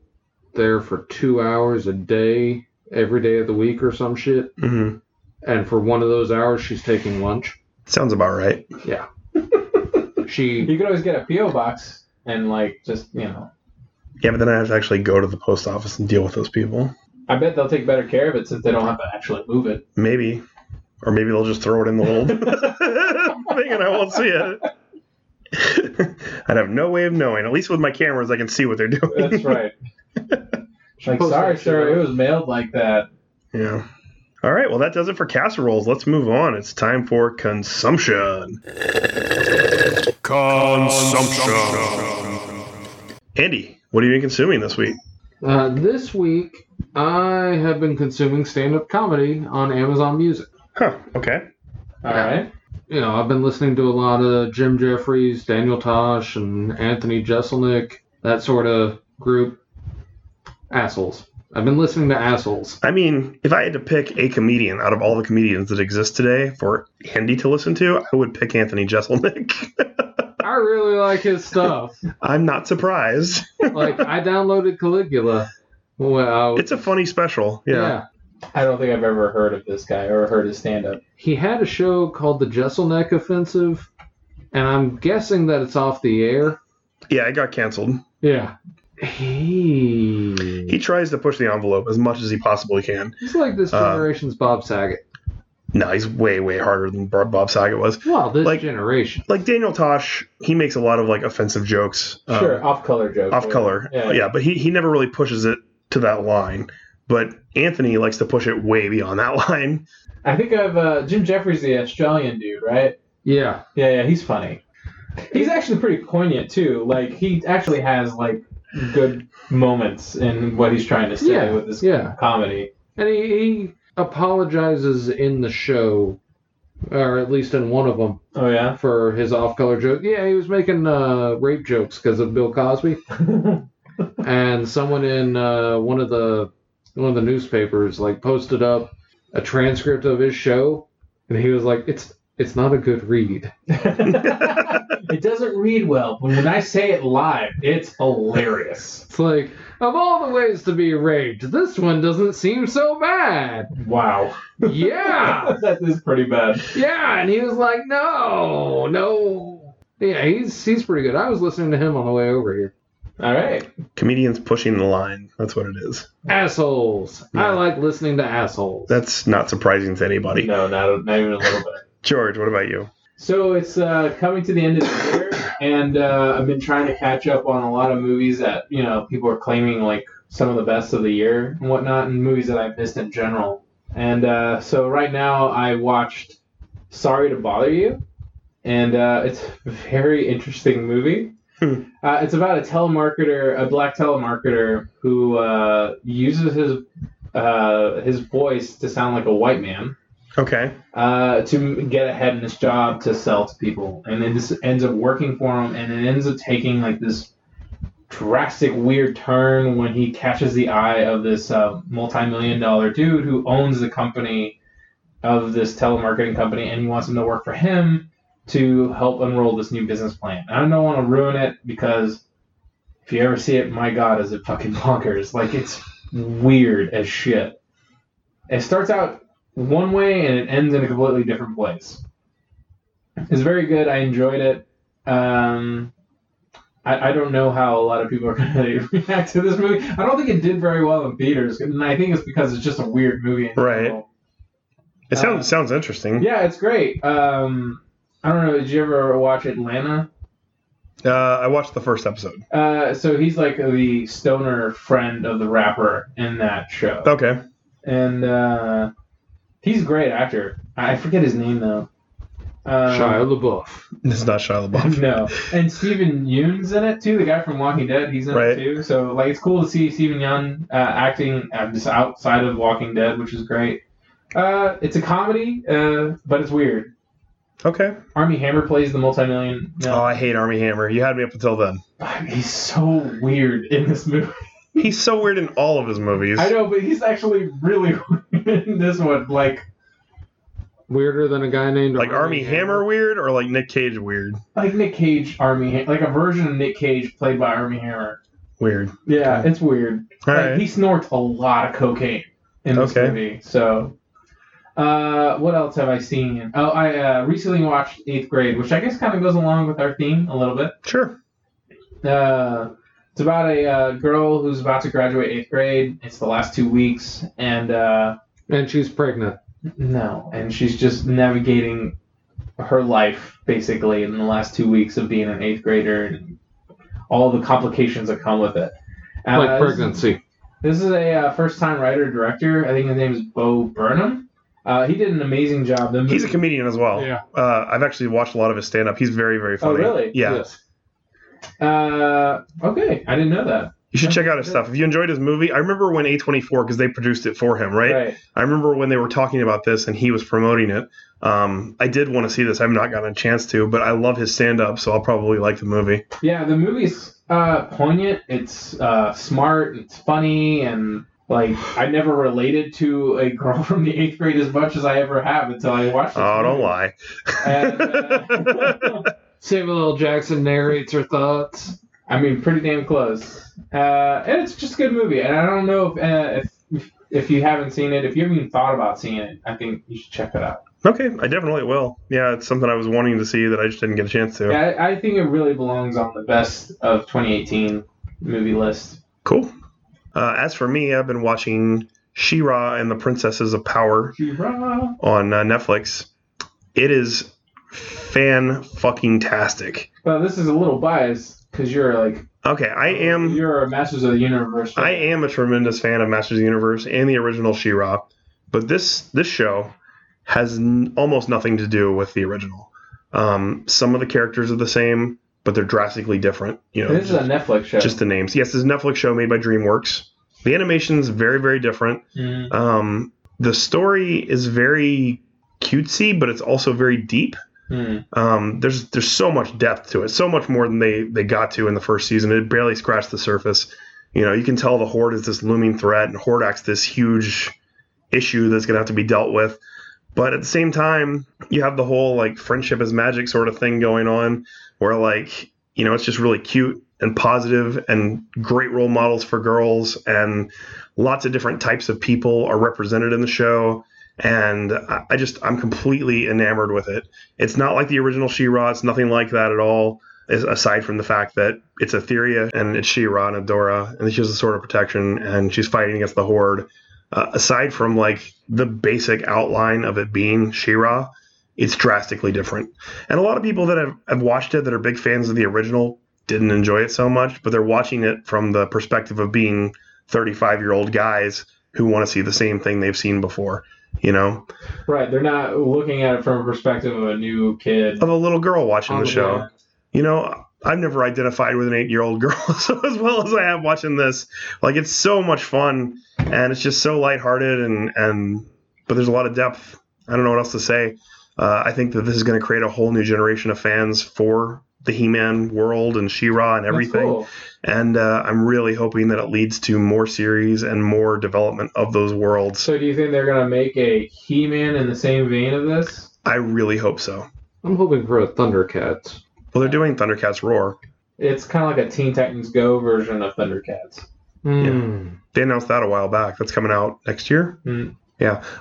Speaker 3: there for two hours a day, every day of the week or some shit.
Speaker 1: hmm
Speaker 3: And for one of those hours, she's taking lunch.
Speaker 1: Sounds about right.
Speaker 3: She
Speaker 2: You could always get a PO box and like just you know.
Speaker 1: Yeah, but then I have to actually go to the post office and deal with those people.
Speaker 2: I bet they'll take better care of it since they don't have to actually move it.
Speaker 1: Maybe. Or maybe they'll just throw it in the little thing and I won't see it. I'd have no way of knowing. At least with my cameras, I can see what they're doing.
Speaker 2: That's right. like
Speaker 3: posted
Speaker 2: sorry,
Speaker 3: that shit
Speaker 2: sir,
Speaker 3: up.
Speaker 2: it was mailed like that.
Speaker 1: Yeah. All right. Well, that does it for casseroles. Let's move on. It's time for consumption.
Speaker 4: Consumption.
Speaker 1: Andy, what have you been consuming this week?
Speaker 3: Uh, this week, I have been consuming stand-up comedy on Amazon Music.
Speaker 1: Huh. Okay.
Speaker 2: All right.
Speaker 3: You know, I've been listening to a lot of Jim Jeffries, Daniel Tosh, and Anthony Jeselnik, that sort of group. Assholes. I've been listening to assholes.
Speaker 1: I mean, if I had to pick a comedian out of all the comedians that exist today for Andy to listen to, I would pick Anthony Jeselnik.
Speaker 3: I really like his stuff.
Speaker 1: I'm not surprised.
Speaker 3: Like I downloaded Caligula. Wow.
Speaker 1: It's a funny special. Yeah.
Speaker 2: I don't think I've ever heard of this guy or heard his stand up.
Speaker 3: He had a show called The Jesselneck Offensive, and I'm guessing that it's off the air.
Speaker 1: Yeah, it got canceled.
Speaker 3: Yeah. He,
Speaker 1: He tries to push the envelope as much as he possibly can.
Speaker 3: he's like this
Speaker 2: Um,
Speaker 1: Uh,
Speaker 3: generation's Bob Saget.
Speaker 1: No, he's way, way harder than Bob Bob Saget was.
Speaker 3: Well, this
Speaker 1: like-
Speaker 3: generation.
Speaker 1: Like Daniel Tosh, he makes a lot of like offensive jokes. um,
Speaker 2: Sure, off color joke.
Speaker 1: off color. Yeah.
Speaker 2: Yeah.
Speaker 1: but he, he never really pushes it to that line. But Anthony likes to push it way beyond that line.
Speaker 2: I think I've uh, Jim Jeffries, the Australian dude, right?
Speaker 3: Yeah.
Speaker 2: Yeah, yeah, he's funny. He's actually pretty poignant too. Like he actually has like good moments in what he's trying to say
Speaker 3: Yeah,
Speaker 2: with this
Speaker 3: yeah.
Speaker 2: comedy.
Speaker 3: And he, he apologizes in the show, or at least in one of them,
Speaker 2: Oh yeah.
Speaker 3: for his off color joke. Yeah, he was making uh, rape jokes because of Bill Cosby. and someone in uh, one of the one of the newspapers like posted up a transcript of his show, and he was like, "It's it's not a good read."
Speaker 2: it doesn't read well, but when I say it live, it's hilarious.
Speaker 3: It's like of all the ways to be raped, this one doesn't seem so bad.
Speaker 2: Wow.
Speaker 3: Yeah,
Speaker 2: that is pretty bad.
Speaker 3: yeah, and he was like, "No, no." Yeah, he's he's pretty good. I was listening to him on the way over here.
Speaker 2: All right.
Speaker 1: Comedians pushing the line. That's what it is.
Speaker 3: Assholes.
Speaker 1: Yeah.
Speaker 3: I like listening to assholes.
Speaker 1: That's not surprising to anybody.
Speaker 2: No, not, not even a little bit.
Speaker 1: George, what about you?
Speaker 2: So it's uh, coming to the end of the year, and uh, I've been trying to catch up on a lot of movies that you know people are claiming like some of the best of the year and whatnot, and movies that I've missed in general. And uh, so right now I watched Sorry to Bother You, and uh, it's a very interesting movie.
Speaker 1: Hmm.
Speaker 2: Uh, it's about a telemarketer, a black telemarketer, who uh, uses his uh, his voice to sound like a white man
Speaker 1: Okay.
Speaker 2: uh, to get ahead in this job to sell to people, and then this ends up working for him, and it ends up taking like this drastic, weird turn when he catches the eye of this uh, multi-million dollar dude who owns the company of this telemarketing company, and he wants him to work for him to help unroll this new business plan. I don't want to ruin it because if you ever see it, my God, is it fucking bonkers! Like it's weird as shit. It starts out one way and it ends in a completely different place. It's very good. I enjoyed it. Um, I, I don't know how a lot of people are going to react to this movie. I don't think it did very well in theaters, and I think it's because it's just a weird movie. in
Speaker 1: Right.
Speaker 2: general.
Speaker 1: It sounds
Speaker 2: Uh,
Speaker 1: sounds interesting.
Speaker 2: Yeah, it's great. Um, I don't know. Did you ever watch Atlanta?
Speaker 1: Uh, I watched the first episode.
Speaker 2: Uh, so he's like the stoner friend of the rapper in that show,
Speaker 1: Okay.
Speaker 2: and uh, he's a great actor. I forget his name though.
Speaker 1: uh,
Speaker 2: Um,
Speaker 3: Shia LaBeouf.
Speaker 1: This is not Shia LaBeouf.
Speaker 2: no, and Steven Yeun's in it too. The guy from Walking Dead, he's in
Speaker 1: Right.
Speaker 2: it too. So like, it's cool to see Steven Yeun uh, acting uh, just outside of Walking Dead, which is great. Uh, it's a comedy, uh, but it's weird.
Speaker 1: Okay.
Speaker 2: Army Hammer plays the multi-million.
Speaker 1: Oh, I hate Army Hammer. You had me up until then.
Speaker 2: He's so weird in this movie.
Speaker 1: He's so weird in all of his movies.
Speaker 2: I know, but he's actually really weird in this one. Like,
Speaker 3: Weirder than a guy named
Speaker 1: Like Army Hammer weird or like Nick Cage weird?
Speaker 2: like Nick Cage, Army, Ha- like a version of Nick Cage played by Army Hammer.
Speaker 1: Weird.
Speaker 2: Yeah, it's weird.
Speaker 1: All
Speaker 2: like,
Speaker 1: right.
Speaker 2: He snorts a lot of cocaine in this
Speaker 1: Okay.
Speaker 2: movie. So, uh, what else have I seen? Oh, I uh, recently watched Eighth Grade, which I guess kind of goes along with our theme a little bit.
Speaker 1: Sure.
Speaker 2: Uh, it's about a uh, girl who's about to graduate eighth grade. It's the last two weeks, and uh,
Speaker 3: And she's pregnant.
Speaker 2: No, and she's just navigating her life basically in the last two weeks of being an eighth grader and all the complications that come with it. Uh,
Speaker 3: like
Speaker 2: this-
Speaker 3: pregnancy.
Speaker 2: This is a uh, first-time writer director. I think his name is Bo Burnham. Uh, he did an amazing job. The
Speaker 1: He's a
Speaker 2: movie-
Speaker 1: comedian as well.
Speaker 3: Yeah.
Speaker 1: Uh, I've actually watched a lot of his stand up. He's very, very
Speaker 2: Oh,
Speaker 1: funny.
Speaker 2: really?
Speaker 1: Yeah.
Speaker 3: Yes.
Speaker 2: uh, okay, I didn't know that.
Speaker 1: You should check out his stuff. If you enjoyed his movie, I remember when A24, because they produced it for him, right? I remember when they were talking about this and he was promoting it. Um, I did want to see this. I've not gotten a chance to, but I love his stand up, so I'll probably like the movie.
Speaker 2: Yeah, the movie's uh, poignant. It's uh, smart. It's funny, and like I never related to a girl from the eighth grade as much as I ever have until I watched. this
Speaker 1: Oh,
Speaker 2: movie.
Speaker 1: don't Oh, lie.
Speaker 2: And, uh,
Speaker 3: Samuel L. Jackson narrates her thoughts.
Speaker 2: I mean, pretty damn close. Uh, and it's just a good movie. And I don't know if, uh, if if you haven't seen it, if you haven't even thought about seeing it, I think you should check it out.
Speaker 1: Okay, I definitely will. Yeah, it's something I was wanting to see that I just didn't get a chance to.
Speaker 2: Yeah, I, I think it really belongs on the best of 2018 movie list.
Speaker 1: Cool. Uh, as for me, I've been watching She-Ra and the Princesses of Power
Speaker 2: Hurrah!
Speaker 1: on uh, Netflix. It is fan fucking tastic.
Speaker 2: Well, this is a little biased because you're like
Speaker 1: Okay, I am
Speaker 2: Oh, you're a Masters of the Universe.
Speaker 1: I am a tremendous fan of Masters of the Universe and the original She-Ra, but this this show has n- almost nothing to do with the original. Um, some of the characters are the same, but they're drastically different. You know,
Speaker 2: This is a Netflix show.
Speaker 1: just the names. Yes, this is a Netflix show made by DreamWorks. The animation's very, very different.
Speaker 2: Mm.
Speaker 1: Um, the story is very cutesy, but it's also very deep.
Speaker 2: Mm.
Speaker 1: Um, there's there's so much depth to it, so much more than they they got to in the first season. It barely scratched the surface. You know, you can tell the Horde is this looming threat, and Hordak's this huge issue that's gonna have to be dealt with. But at the same time, you have the whole like friendship is magic sort of thing going on, where like you know it's just really cute and positive and great role models for girls, and lots of different types of people are represented in the show. And I I just I'm completely enamored with it. It's not like the original She-Ra. It's nothing like that at all. is- Aside from the fact that it's Etheria and it's She-Ra and Adora, and she has a sword of protection, and she's fighting against the Horde. Uh, aside from like the basic outline of it being She-Ra, it's drastically different. And a lot of people that have, have watched it that are big fans of the original didn't enjoy it so much, but they're watching it from the perspective of being 35 year old guys who want to see the same thing they've seen before. You know,
Speaker 2: Right, they're not looking at it from a perspective of a new kid.
Speaker 1: of a little girl watching
Speaker 3: on
Speaker 2: Oh,
Speaker 1: the show. you know, I've never identified with an eight year old girl so as well as I have watching this. Like it's so much fun and it's just so lighthearted and and but there's a lot of depth. I don't know what else to say. Uh, I think that this is going to create a whole new generation of fans for the He-Man world and She-Ra and
Speaker 2: That's
Speaker 1: everything.
Speaker 2: cool.
Speaker 1: And uh, I'm really hoping that it leads to more series and more development of those worlds.
Speaker 2: So, do you think they're gonna make a He-Man in the same vein of this?
Speaker 1: I really hope so.
Speaker 3: I'm hoping for a Thundercat.
Speaker 1: Well, they're doing Thundercats Roar.
Speaker 2: It's kind of like a Teen Titans Go version of Thundercats.
Speaker 3: Hmm.
Speaker 1: They announced that a while back. That's coming out next year.
Speaker 2: Mm.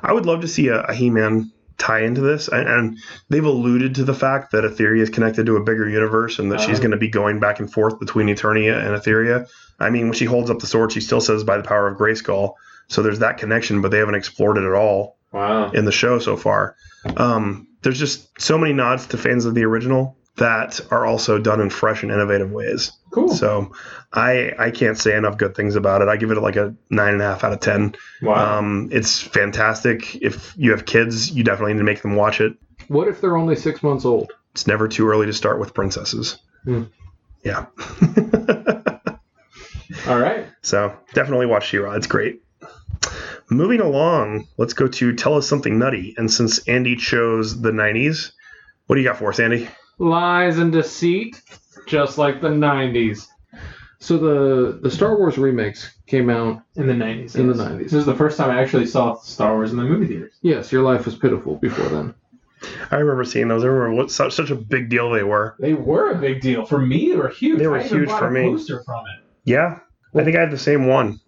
Speaker 1: I would love to see a, a He-Man tie into this, and, and they've alluded to the fact that Etheria is connected to a bigger universe, and that she's
Speaker 2: Oh.
Speaker 1: going to be going back and forth between Eternia and Etheria. I mean, when she holds up the sword, she still says "by the power of Grayskull," so there's that connection, but they haven't explored it at all
Speaker 2: Wow.
Speaker 1: in the show so far. Um, there's just so many nods to fans of the original that are also done in fresh and innovative ways.
Speaker 2: Cool.
Speaker 1: So, I I can't say enough good things about it. I give it like a nine and a half out of ten.
Speaker 2: wow.
Speaker 1: Um, it's fantastic. If you have kids, you definitely need to make them watch it.
Speaker 3: What if they're only six months old?
Speaker 1: It's never too early to start with princesses.
Speaker 3: Hmm.
Speaker 1: Yeah.
Speaker 2: All right.
Speaker 1: so definitely watch She-Ra. It's great. Moving along, let's go to Tell Us Something Nutty. And since Andy chose the 90s, what do you got for us, Andy?
Speaker 3: lies and deceit, just like the '90s. So the the Star Wars remakes came out.
Speaker 2: In the 90s.
Speaker 3: In the
Speaker 2: yes.
Speaker 3: 90s.
Speaker 2: This is the first time I actually saw Star Wars in the movie theaters.
Speaker 3: Yes, your life was pitiful before then.
Speaker 1: I remember seeing those. I remember what such, such a big deal they were.
Speaker 2: They were a big deal. For me, they were huge.
Speaker 1: They were
Speaker 2: I even
Speaker 1: huge
Speaker 2: bought
Speaker 1: for
Speaker 2: a
Speaker 1: me.
Speaker 2: poster from it.
Speaker 1: Yeah. I think I had the same one.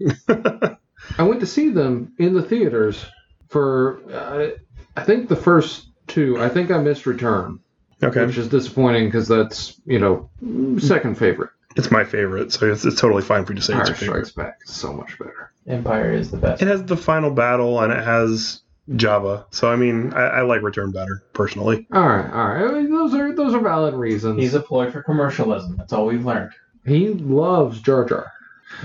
Speaker 3: I went to see them in the theaters for uh, I think the first two. I think I missed Return,
Speaker 1: Okay.
Speaker 3: which is disappointing because that's you know second favorite.
Speaker 1: It's my favorite, so it's, it's totally fine for you to say it's
Speaker 3: Empire
Speaker 1: your favorite.
Speaker 3: Strikes Back is so much better.
Speaker 2: Empire is the best.
Speaker 1: It has the final battle and it has Java. So I mean, I, I like Return better personally.
Speaker 3: All right, all right. I mean, those are those are valid reasons.
Speaker 2: He's a ploy for commercialism. That's all we've learned.
Speaker 3: he loves Jar Jar.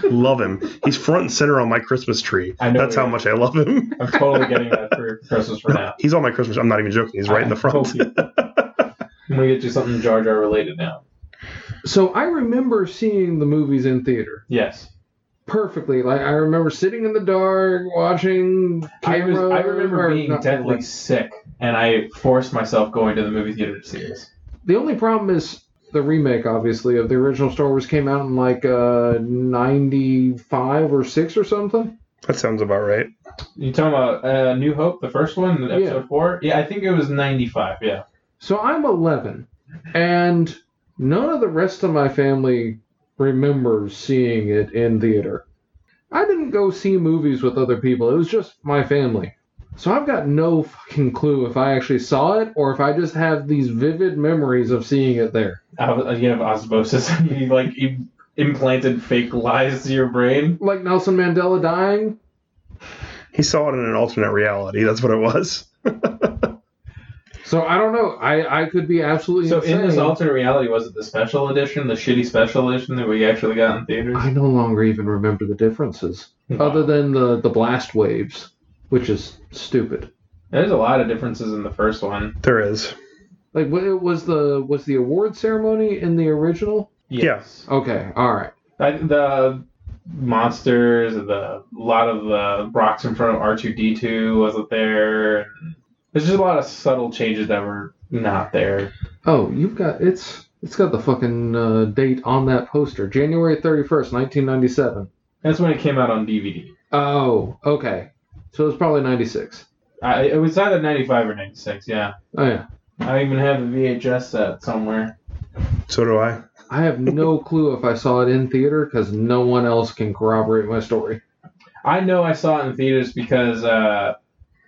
Speaker 1: love him. He's front and center on my Christmas tree.
Speaker 2: I know
Speaker 1: That's
Speaker 2: he
Speaker 1: how
Speaker 2: is.
Speaker 1: much I love him.
Speaker 2: I'm totally getting that for Christmas for now.
Speaker 1: He's on my Christmas. I'm not even joking. He's right in the
Speaker 2: I
Speaker 1: front.
Speaker 2: hope you- I'm gonna get you something Jar Jar related now.
Speaker 3: So I remember seeing the movies in theater.
Speaker 2: Yes,
Speaker 3: perfectly. Like I remember sitting in the dark watching.
Speaker 2: I, was,
Speaker 3: camera-
Speaker 2: I remember
Speaker 3: or
Speaker 2: being
Speaker 3: not-
Speaker 2: deadly sick, and I forced myself going to the movie theater to see this.
Speaker 3: The only problem is the remake, obviously, of the original Star Wars came out in like uh, '95 or six or something.
Speaker 1: That sounds about right.
Speaker 2: You talking about uh, New Hope, the first one, episode four? Yeah, I think it was '95. Yeah.
Speaker 3: So I'm 11, and none of the rest of my family remembers seeing it in theater. I didn't go see movies with other people, it was just my family. So I've got no fucking clue if I actually saw it or if I just have these vivid memories of seeing it there.
Speaker 2: Uh, you have osmosis. you like you implanted fake lies to your brain.
Speaker 3: Like Nelson Mandela dying,
Speaker 1: He saw it in an alternate reality. That's what it was.
Speaker 3: So I don't know. I, I could be absolutely
Speaker 2: So
Speaker 3: insane.
Speaker 2: in this alternate reality, was it the special edition, the shitty special edition that we actually got in theaters?
Speaker 3: I no longer even remember the differences, other than the the blast waves, which is stupid.
Speaker 2: There's a lot of differences in the first one.
Speaker 1: There is.
Speaker 3: Like what it was the was the award ceremony in the original?
Speaker 2: Yes.
Speaker 3: Okay, all right.
Speaker 2: I, the monsters, the lot of the rocks in front of R two D two wasn't there. There's just a lot of subtle changes that were not there.
Speaker 3: Oh, you've got it's it's got the fucking uh, date on that poster, January thirty first, nineteen ninety seven.
Speaker 2: That's when it came out on DVD.
Speaker 3: Oh, okay. So it was probably ninety six.
Speaker 2: I, it was either 95 or 96, yeah.
Speaker 3: Oh yeah.
Speaker 2: I even have a VHS set somewhere.
Speaker 1: So do I.
Speaker 3: I have no clue if I saw it in theater because no one else can corroborate my story.
Speaker 2: I know I saw it in theaters because uh,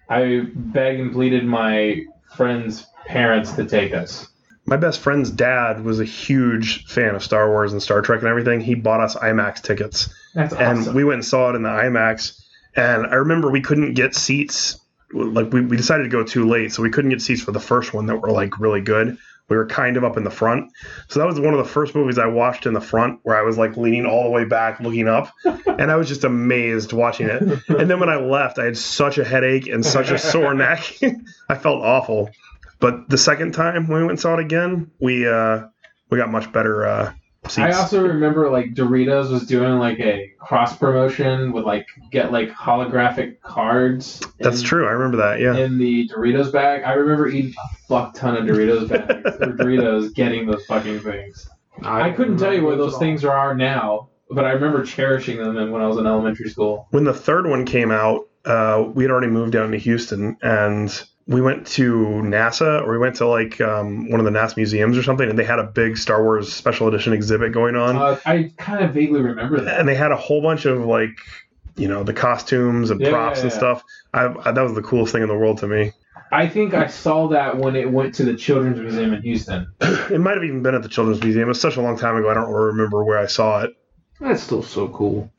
Speaker 2: I begged and pleaded my friend's parents to take us.
Speaker 1: My best friend's dad was a huge fan of Star Wars and Star Trek and everything. He bought us IMAX tickets.
Speaker 2: That's
Speaker 1: and
Speaker 2: awesome.
Speaker 1: we went and saw it in the IMAX. And I remember we couldn't get seats. Like we, we decided to go too late, so we couldn't get seats for the first one that were like really good. We were kind of up in the front, so that was one of the first movies I watched in the front, where I was like leaning all the way back, looking up, and I was just amazed watching it. And then when I left, I had such a headache and such a sore neck. I felt awful. But the second time when we went and saw it again, we uh, we got much better uh, seats.
Speaker 2: I also remember like Doritos was doing like a cross promotion with like get like holographic cards.
Speaker 1: That's
Speaker 2: in-
Speaker 1: true. I remember that. Yeah.
Speaker 2: In the Doritos bag, I remember eating a fuck ton of Doritos bags or Doritos getting those fucking things. I, couldn't tell you where those things are now, but I remember cherishing them when I was in elementary school.
Speaker 1: when the third one came out, uh, we had already moved down to Houston, and we went to NASA or we went to like um, one of the NASA museums or something, and they had a big Star Wars special edition exhibit going on,
Speaker 2: Uh, I kind of vaguely remember that.
Speaker 1: and they had a whole bunch of like, you know, the costumes and
Speaker 2: Yeah,
Speaker 1: props and
Speaker 2: yeah, yeah.
Speaker 1: stuff. I, I, that was the coolest thing in the world to me.
Speaker 2: I think I saw that when it went to the Children's Museum in Houston.
Speaker 1: It might have even been at the Children's Museum. It was such a long time ago. I don't remember where I saw it.
Speaker 3: That's still so cool.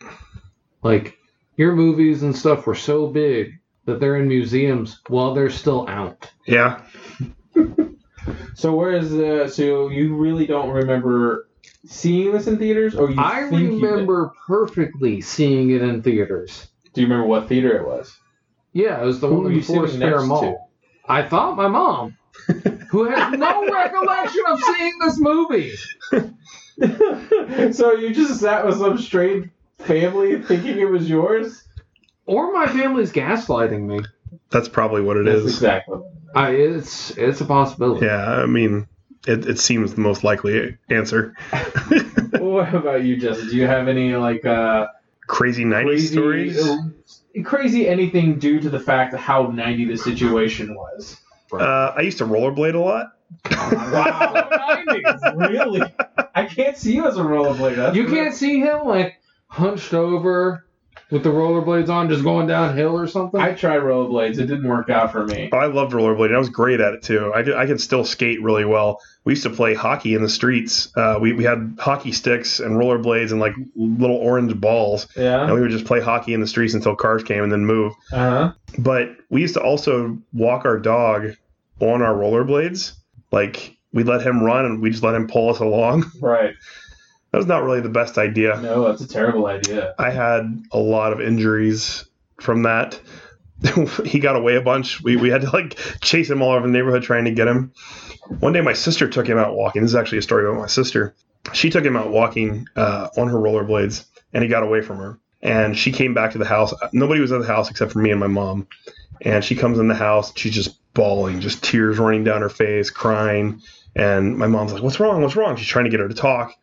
Speaker 3: Like, your movies and stuff were so big that they're in museums while they're still out.
Speaker 1: Yeah,
Speaker 2: So where is the? So you really don't remember seeing this in theaters, or you?
Speaker 3: I
Speaker 2: think you did?
Speaker 3: remember perfectly seeing it in theaters.
Speaker 2: Do you remember what theater it was?
Speaker 3: Yeah, it was the
Speaker 2: Who
Speaker 3: one
Speaker 2: were
Speaker 3: in
Speaker 2: you
Speaker 3: the Forest
Speaker 2: sitting
Speaker 3: Fair
Speaker 2: next
Speaker 3: Mall. I thought my mom, who has no recollection of seeing this movie.
Speaker 2: so you just sat with some strange family thinking it was yours.
Speaker 3: Or my family's gaslighting me.
Speaker 1: that's probably what it
Speaker 2: That's
Speaker 1: is.
Speaker 2: exactly.
Speaker 3: I, it's it's a possibility.
Speaker 1: Yeah, I mean, it, it seems the most likely answer.
Speaker 2: what about you, Justin? Do you have any like? uh
Speaker 1: Crazy 90s stories.
Speaker 2: crazy anything due to the fact of how 90 the situation was.
Speaker 1: Uh, I used to rollerblade a lot.
Speaker 2: Wow, 90s, really? I can't see you as a rollerblader. That's
Speaker 3: You can't see him like hunched over with the rollerblades on, just going downhill or something.
Speaker 2: I tried rollerblades. It didn't work out for me.
Speaker 1: Oh, I loved rollerblading. I was great at it too. I could, I could still skate really well. We used to play hockey in the streets. Uh, we, we had hockey sticks and rollerblades and like little orange balls, and
Speaker 2: Yeah.
Speaker 1: we would just play hockey in the streets until cars came and then move.
Speaker 2: Uh huh.
Speaker 1: But we used to also walk our dog on our rollerblades. Like we'd let him run and we just let him pull us along.
Speaker 2: Right.
Speaker 1: That was not really the best idea.
Speaker 2: No, that's a terrible idea.
Speaker 1: I had a lot of injuries from that. he got away a bunch. We, we had to like chase him all over the neighborhood trying to get him. One day, my sister took him out walking. This is actually a story about my sister. She took him out walking uh, on her rollerblades, and he got away from her. And she came back to the house. Nobody was at the house except for me and my mom. And she comes in the house. She's just bawling, just tears running down her face, crying. And my mom's like, "What's wrong? What's wrong?" She's trying to get her to talk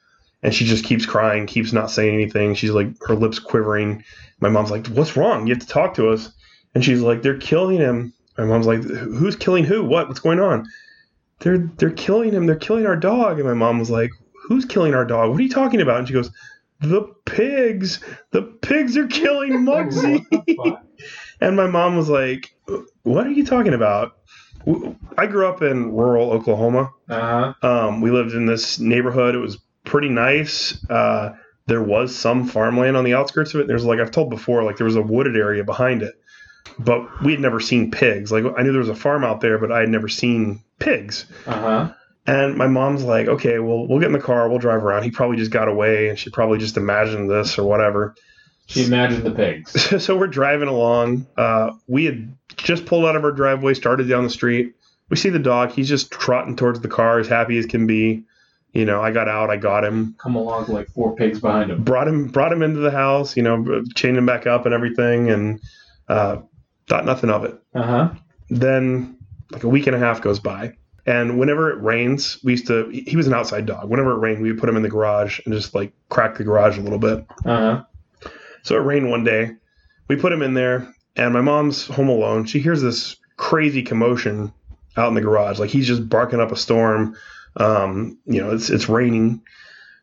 Speaker 1: and she just keeps crying, keeps not saying anything. She's like her lips quivering. My mom's like, "What's wrong? You have to talk to us." And she's like, "They're killing him." My mom's like, "Who's killing who? What? What's going on?" they're they're killing him. They're killing our dog." And my mom was like, "Who's killing our dog? What are you talking about?" And she goes, "The pigs. The pigs are killing Muggsy." and my mom was like, "What are you talking about?" W- I grew up in rural Oklahoma.
Speaker 2: Uh-huh.
Speaker 1: Um, we lived in this neighborhood. It was pretty nice. Uh, there was some farmland on the outskirts of it. There's like I've told before, like there was a wooded area behind it, but we had never seen pigs. Like I knew there was a farm out there, but I had never seen pigs.
Speaker 2: Uh-huh.
Speaker 1: And my mom's like, okay, well, we'll get in the car, we'll drive around. He probably just got away, and she probably just imagined this or whatever.
Speaker 2: She imagined the pigs.
Speaker 1: So, so we're driving along. Uh, we had just pulled out of our driveway, started down the street. We see the dog. He's just trotting towards the car, as happy as can be. You know, I got out, I got him,
Speaker 2: Come along like four pigs behind him.
Speaker 1: brought him, brought him into the house. You know, chained him back up and everything, and uh, thought nothing of it.
Speaker 2: Uh-huh.
Speaker 1: Then, like a week and a half goes by, and whenever it rains, we used to. He he was an outside dog. Whenever it rained, we would put him in the garage and just like crack the garage a little bit.
Speaker 2: Uh-huh.
Speaker 1: So it rained one day. We put him in there, and my mom's home alone. She hears this crazy commotion out in the garage. Like he's just barking up a storm. Um, you know, it's it's raining.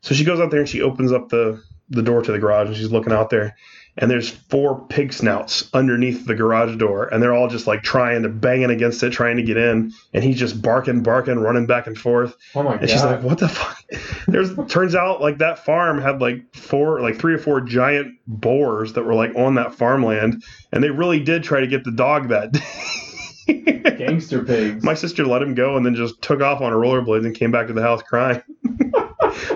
Speaker 1: So she goes out there and she opens up the the door to the garage and she's looking out there. And there's four pig snouts underneath the garage door, and they're all just like trying, they're banging against it, trying to get in. And he's just barking, barking, running back and forth.
Speaker 2: Oh my
Speaker 1: And she's
Speaker 2: god.
Speaker 1: like, "What the fuck?" There's turns out like that farm had like four, like three or four giant boars that were like on that farmland, and they really did try to get the dog that day.
Speaker 2: Gangster pigs.
Speaker 1: My sister let him go and then just took off on a rollerblades and came back to the house crying.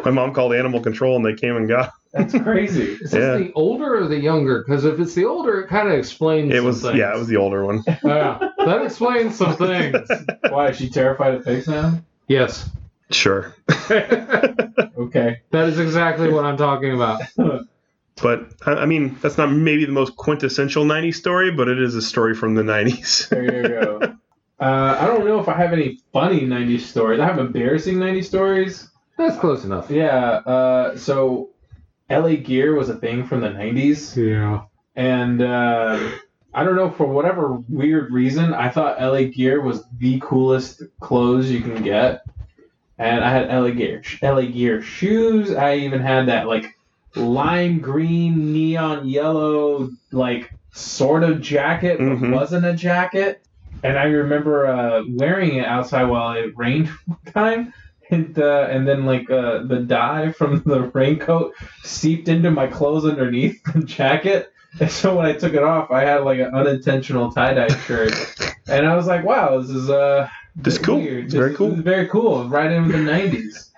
Speaker 1: My mom called animal control and they came and got.
Speaker 2: That's crazy.
Speaker 3: Is
Speaker 1: Yeah.
Speaker 3: this the older or the younger? Because if it's the older, it kind of explains.
Speaker 1: It
Speaker 3: some
Speaker 1: was
Speaker 3: things.
Speaker 1: yeah, it was the older one.
Speaker 3: Yeah, that explains some things.
Speaker 2: Why is she terrified of pigs now?
Speaker 3: Yes,
Speaker 1: Sure,
Speaker 3: that
Speaker 2: Okay.
Speaker 3: is exactly what I'm talking about.
Speaker 1: but I, I mean that's not maybe the most quintessential '90s story, but it is a story from the '90s.
Speaker 2: There you go. Uh, I don't know if I have any funny 90s stories. I have embarrassing 90s stories.
Speaker 3: That's close enough.
Speaker 2: Yeah. Uh, so, LA Gear was a thing from the 90s.
Speaker 3: Yeah.
Speaker 2: And uh, I don't know, for whatever weird reason, I thought LA Gear was the coolest clothes you can get. And I had LA Gear, LA Gear shoes. I even had that, like, lime green, neon yellow, like, sort of jacket, but
Speaker 1: Mhm.
Speaker 2: wasn't a jacket. And I remember uh, wearing it outside while it rained one time. And, uh, and then like uh, the dye from the raincoat seeped into my clothes underneath the jacket and so when I took it off, I had like an unintentional tie dye shirt, and I was like, "Wow, this is uh,
Speaker 1: This is cool.
Speaker 2: weird.
Speaker 1: It's very
Speaker 2: This-
Speaker 1: cool.
Speaker 2: This is very cool. Right in the '90s."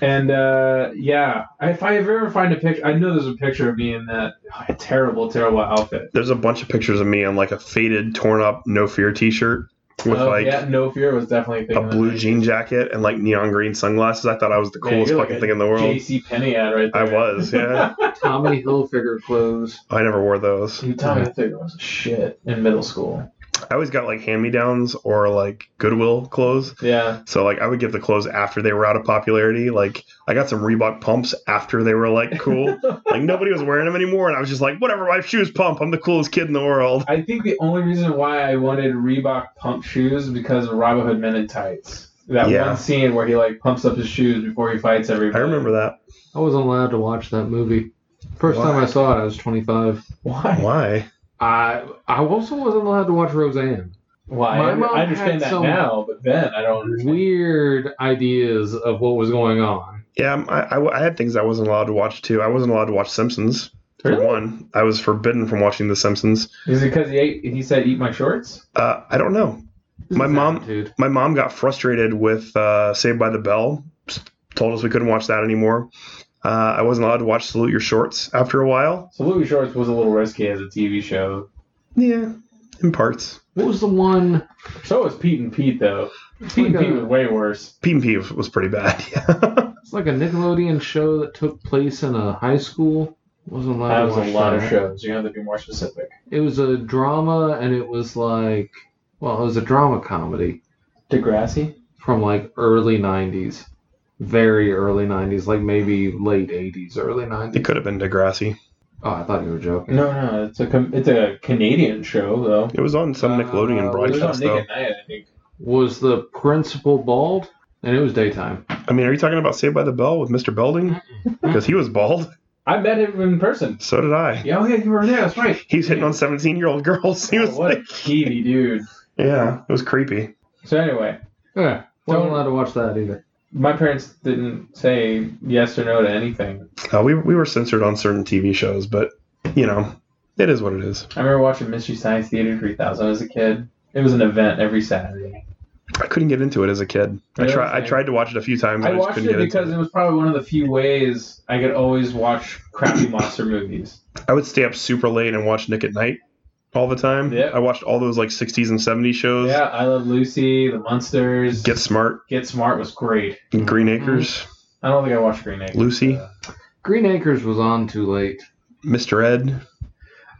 Speaker 2: And uh, yeah, if I ever find a picture, I know there's a picture of me in that terrible, terrible outfit.
Speaker 1: there's a bunch of pictures of me on like a faded, torn up No Fear T-shirt with
Speaker 2: oh,
Speaker 1: like
Speaker 2: yeah, no fear was definitely a thing.
Speaker 1: a
Speaker 2: in the
Speaker 1: blue
Speaker 2: 90s.
Speaker 1: jean jacket and like neon green sunglasses. I thought I was the
Speaker 2: Man,
Speaker 1: coolest
Speaker 2: you're like
Speaker 1: fucking
Speaker 2: a
Speaker 1: thing in the world.
Speaker 2: J.C. Penney ad right
Speaker 1: I
Speaker 2: there.
Speaker 1: was, yeah. Oh,
Speaker 3: Tommy Hilfiger clothes.
Speaker 1: I never wore those.
Speaker 2: You tell me that figure was shit in middle school.
Speaker 1: I always got like hand-me-downs or like Goodwill clothes.
Speaker 2: Yeah.
Speaker 1: So like I would give the clothes after they were out of popularity. Like I got some Reebok pumps after they were like cool. like nobody was wearing them anymore, and I was just like, whatever, my shoes pump. I'm the coolest kid in the world.
Speaker 2: I think the only reason why I wanted Reebok pump shoes because of Robin Hood Men in Tights. That
Speaker 1: Yeah.
Speaker 2: one scene where he like pumps up his shoes before he fights everybody.
Speaker 1: I remember that.
Speaker 3: I wasn't allowed to watch that movie. First
Speaker 1: Why?
Speaker 3: time I saw it, I was 25.
Speaker 2: why.
Speaker 1: Why?
Speaker 3: I I also wasn't allowed to watch Roseanne.
Speaker 2: Why?
Speaker 3: My
Speaker 2: I-
Speaker 3: mom
Speaker 2: I understand
Speaker 3: had
Speaker 2: that
Speaker 3: some
Speaker 2: now, but then I don't understand.
Speaker 3: Weird ideas of what was going on.
Speaker 1: Yeah, I, I, I had things I wasn't allowed to watch too. I wasn't allowed to watch Simpsons. For one, I was forbidden from watching The Simpsons.
Speaker 2: Is it because he ate? He said, "Eat my shorts."
Speaker 1: Uh, I don't know. My
Speaker 3: His
Speaker 1: mom-
Speaker 3: attitude.
Speaker 1: My mom got frustrated with uh, Saved by the Bell. s- Told us we couldn't watch that anymore. Uh, I wasn't allowed to watch Salute Your Shorts after a while.
Speaker 2: So Louis Shorts was a little risky as a TV show.
Speaker 1: Yeah, in parts.
Speaker 3: What was the one?
Speaker 2: So was Pete and Pete though. Pete and
Speaker 3: like
Speaker 2: Pete
Speaker 3: a-
Speaker 2: was way worse.
Speaker 1: P&P was, was pretty bad. Yeah.
Speaker 3: It's like a Nickelodeon show that took place in a high school. Wasn't allowed
Speaker 2: That
Speaker 3: to
Speaker 2: was a
Speaker 3: watch
Speaker 2: lot of
Speaker 3: that.
Speaker 2: shows. You have to be more specific.
Speaker 3: It was a drama, and it was like, well, it was a drama comedy.
Speaker 2: Degrassi.
Speaker 3: from like early 90s very early 90s like maybe late 80s early
Speaker 1: it
Speaker 3: 90s
Speaker 1: could have been Degrassi.
Speaker 3: oh i thought you were joking
Speaker 2: No, no, it's a com- it's a Canadian show though.
Speaker 1: It was on some
Speaker 3: Uh,
Speaker 1: Nickelodeon
Speaker 3: it was
Speaker 2: It was on
Speaker 1: broadcast
Speaker 2: Nick
Speaker 1: though.
Speaker 2: at Night, I think.
Speaker 3: was the principal bald? And it was daytime.
Speaker 1: I mean, are you talking about Saved by the Bell with Mr. Belding? Because he was bald.
Speaker 2: I met him in person.
Speaker 1: So did I.
Speaker 2: Mm-hmm. Yeah, oh yeah, you were there. That's right. Oh,
Speaker 1: He was hitting on 17 year old girls. He was
Speaker 2: what a
Speaker 1: like,
Speaker 2: peevy dude.
Speaker 1: yeah, it was creepy.
Speaker 2: So anyway,
Speaker 3: Yeah, wasn't
Speaker 2: Don't-
Speaker 3: allowed to watch that either.
Speaker 2: my parents didn't say yes or no to anything.
Speaker 1: Uh, we, we were censored on certain TV shows, but, you know, it is what it is.
Speaker 2: I remember watching Mystery Science Theater 3000 as a kid. It was an event every Saturday.
Speaker 1: I couldn't get into it as a kid. I,
Speaker 2: Yeah,
Speaker 1: try, I
Speaker 2: same.
Speaker 1: tried to watch it a few times.
Speaker 2: I
Speaker 1: And I, just
Speaker 2: watched
Speaker 1: couldn't
Speaker 2: it
Speaker 1: get into
Speaker 2: because
Speaker 1: it.
Speaker 2: it was probably one of the few ways I could always watch crappy monster movies.
Speaker 1: I would stay up super late and watch Nick at Night all the time.
Speaker 2: Yeah.
Speaker 1: I watched all those like 60s and 70s shows.
Speaker 2: Yeah, I Love Lucy, The Munsters,
Speaker 1: Get
Speaker 2: Get,
Speaker 1: Smart,
Speaker 2: Smart was great.
Speaker 1: Green
Speaker 2: Mm-hmm.
Speaker 1: Acres,
Speaker 2: I don't think I watched Green Egg.
Speaker 1: Lucy,
Speaker 3: Green Acres was on too late.
Speaker 1: Mr. Ed,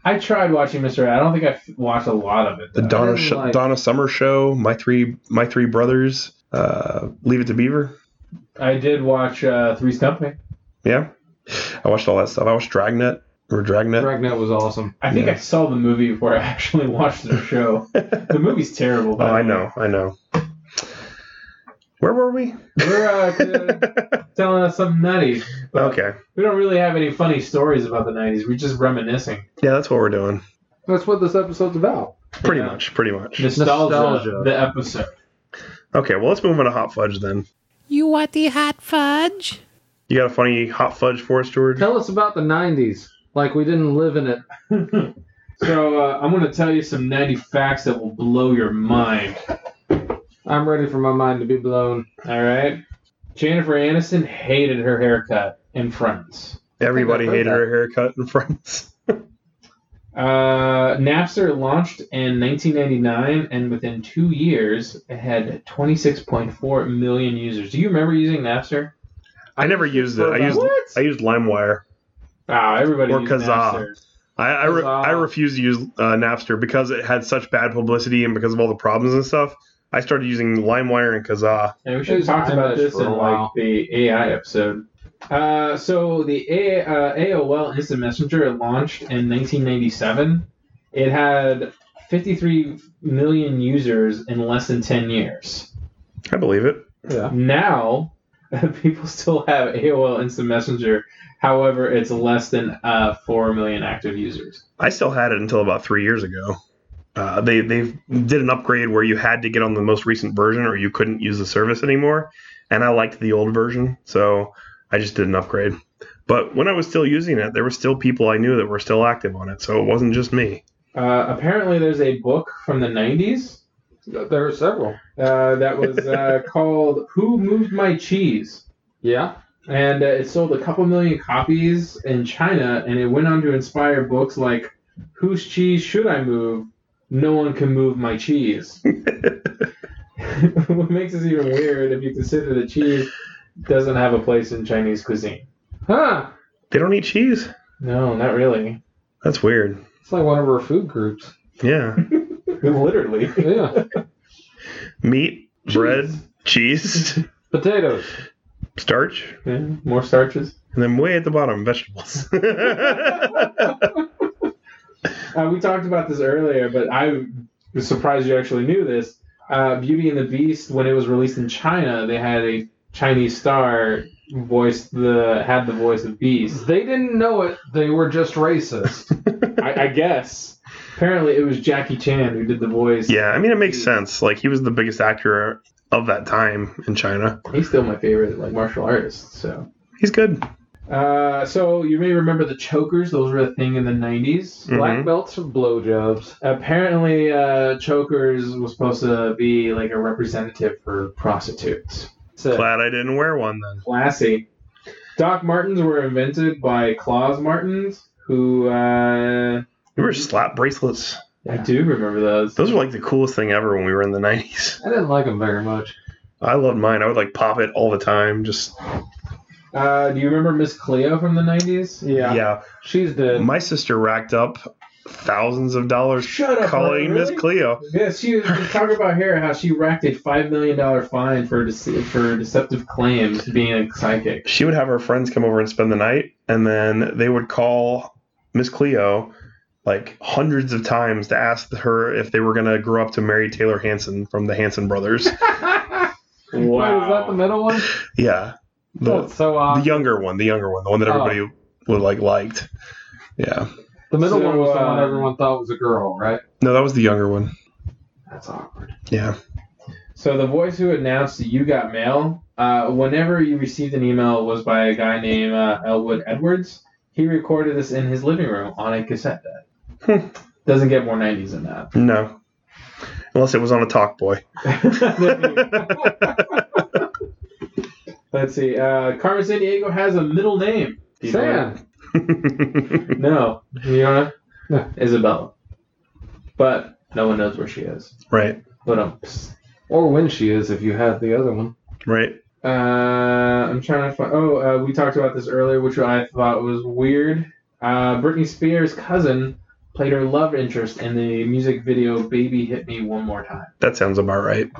Speaker 2: I tried watching Mr. Ed. I don't think I f- watched a lot of it.
Speaker 1: The
Speaker 2: though.
Speaker 1: Donna
Speaker 3: didn't
Speaker 1: Sh-
Speaker 3: like-
Speaker 1: Donna Summer Show, My Three My Three Brothers, uh, Leave It to Beaver.
Speaker 2: I did watch uh, Three's Company.
Speaker 1: Yeah, I watched all that stuff. I watched Dragnet or Dragnet.
Speaker 3: Dragnet was awesome.
Speaker 2: I think
Speaker 1: Yeah.
Speaker 2: I saw the movie before I actually watched the show. the movie's terrible.
Speaker 1: oh, I
Speaker 2: by the way.
Speaker 1: know, I know. Where were we?
Speaker 2: You're uh, telling us something nutty. but
Speaker 1: Okay,
Speaker 2: We don't really have any funny stories about the 90s. We're just reminiscing.
Speaker 1: yeah, that's what we're doing.
Speaker 3: That's what this episode's about.
Speaker 1: Pretty
Speaker 2: Yeah.
Speaker 1: much, pretty much.
Speaker 2: Nostalgia,
Speaker 3: Nostalgia.
Speaker 2: the episode.
Speaker 1: Okay, well, let's move on to hot fudge then.
Speaker 5: You want the hot fudge?
Speaker 1: You got a funny hot fudge for us, George?
Speaker 3: Tell us about the '90s, like we didn't live in it.
Speaker 2: So uh, I'm going to tell you some 90 facts that will blow your mind.
Speaker 3: I'm ready for my mind to be blown.
Speaker 2: All right? Jennifer Aniston hated her haircut in France.
Speaker 1: Everybody
Speaker 3: I've heard
Speaker 1: hated
Speaker 3: that.
Speaker 1: her haircut in France.
Speaker 2: Uh, Napster launched in 1999, and within two years, it had 26.4 million users. Do you remember using Napster?
Speaker 1: I never used it. I used
Speaker 2: What?
Speaker 1: I used LimeWire.
Speaker 2: Wow, Ah, everybody
Speaker 1: Or
Speaker 2: used
Speaker 1: Kazaa.
Speaker 2: Napster.
Speaker 1: I I, re-
Speaker 3: Huzzah.
Speaker 1: I refuse to use uh, Napster because it had such bad publicity and because of all the problems and stuff. I started using LimeWire and Kazaa.
Speaker 2: And we should have
Speaker 3: was
Speaker 2: talked about
Speaker 3: iMessage
Speaker 2: this
Speaker 3: for
Speaker 2: in
Speaker 3: a
Speaker 2: like
Speaker 3: while.
Speaker 2: the AI episode. Uh, so the A- uh, AOL Instant Messenger launched in 1997. It had 53 million users in less than 10 years.
Speaker 1: I believe it.
Speaker 3: Yeah.
Speaker 2: Now, people still have AOL Instant Messenger. However, it's less than uh, 4 million active users.
Speaker 1: I still had it until about three years ago. Uh, they they did an upgrade where you had to get on the most recent version or you couldn't use the service anymore. And I liked the old version, so I just did an upgrade. But when I was still using it, there were still people I knew that were still active on it, so it wasn't just me.
Speaker 2: Uh, apparently, there's a book from the 90s
Speaker 3: There are several.
Speaker 2: uh, that was uh, called Who Moved My Cheese?
Speaker 3: Yeah.
Speaker 2: and uh, it sold a couple million copies in China, and it went on to inspire books like "Whose Cheese Should I Move?" No one can move my cheese. what makes this even weird if you consider that cheese doesn't have a place in Chinese cuisine.
Speaker 3: Huh.
Speaker 1: They don't eat cheese.
Speaker 2: No, not really.
Speaker 1: That's weird.
Speaker 3: It's like one of our food groups.
Speaker 1: Yeah,
Speaker 2: Literally.
Speaker 3: Yeah.
Speaker 1: meat, bread, cheese,
Speaker 3: Potatoes.
Speaker 1: starch.
Speaker 2: Yeah, more starches.
Speaker 1: And then way at the bottom, vegetables.
Speaker 2: Uh, we talked about this earlier, but I was surprised you actually knew this. Uh, Beauty and the Beast, when it was released in China, they had a Chinese star voiced the had the voice of Beast.
Speaker 3: They didn't know it. They were just racist.
Speaker 2: I, I guess apparently it was Jackie Chan who did the voice.
Speaker 1: yeah, I mean, it makes sense. Like, he was the biggest actor of that time in China.
Speaker 2: he's still my favorite like martial artist. So,
Speaker 1: He's good.
Speaker 2: uh, so you may remember the chokers; those were a thing in the '90s.
Speaker 3: Black
Speaker 1: Mhm.
Speaker 3: belts for blowjobs.
Speaker 2: Apparently, uh, chokers was supposed to be like a representative for prostitutes.
Speaker 3: So,
Speaker 1: Glad I didn't wear one then.
Speaker 2: Classy. Doc Martens were invented by Claus Martens, who uh,
Speaker 1: We were slap bracelets.
Speaker 2: I do remember those.
Speaker 1: Those were like the coolest thing ever when we were in the 90s.
Speaker 3: I didn't like them very much.
Speaker 1: I loved mine. I would like pop it all the time. Just,
Speaker 2: Uh, do you remember Miss Cleo from the nineties?
Speaker 3: Yeah.
Speaker 1: yeah. Mm.
Speaker 3: She's dead.
Speaker 1: My sister racked up thousands of dollars
Speaker 2: Shut up,
Speaker 1: calling
Speaker 2: Ryan,
Speaker 1: Miss
Speaker 2: really?
Speaker 1: Cleo.
Speaker 2: Yeah, she was talking about here how she racked a five million dollar fine for dece- for deceptive claims being a psychic.
Speaker 1: she would have her friends come over and spend the night, and then they would call Miss Cleo like hundreds of times to ask her if they were going to grow up to marry Taylor Hanson from the Hanson brothers.
Speaker 3: Wait, is that the
Speaker 2: wow.
Speaker 3: middle one?
Speaker 1: yeah. The,
Speaker 2: That's so
Speaker 1: the
Speaker 2: odd.
Speaker 1: younger one, the younger one, the one that
Speaker 3: Oh.
Speaker 1: everybody would like liked. Yeah.
Speaker 3: The middle
Speaker 2: So,
Speaker 3: one was the one
Speaker 2: uh,
Speaker 3: everyone thought was a girl, right?
Speaker 1: No, that was the younger one.
Speaker 3: That's awkward.
Speaker 1: Yeah.
Speaker 2: So the voice who announced that you got mail, uh, whenever you received an email, was by a guy named uh, Elwood Edwards. He recorded this in his living room on a cassette
Speaker 1: Hmm.
Speaker 2: deck. Doesn't get more '90s than that.
Speaker 1: No. Unless it was on a talk boy.
Speaker 2: Let's see. Uh, Carmen San Diego has a middle name. Do you know
Speaker 3: Sad.
Speaker 2: it? No, you don't know.
Speaker 3: No.
Speaker 2: Isabella. But no one knows where she is.
Speaker 1: right.
Speaker 2: But um, psst.
Speaker 3: Or when she is, if you had the other one.
Speaker 1: Right.
Speaker 2: uh, I'm trying to find. Oh, uh, we talked about this earlier, which I thought was weird. Uh, Britney Spears' cousin played her love interest in the music video "Baby Hit Me One More Time."
Speaker 1: That sounds about right.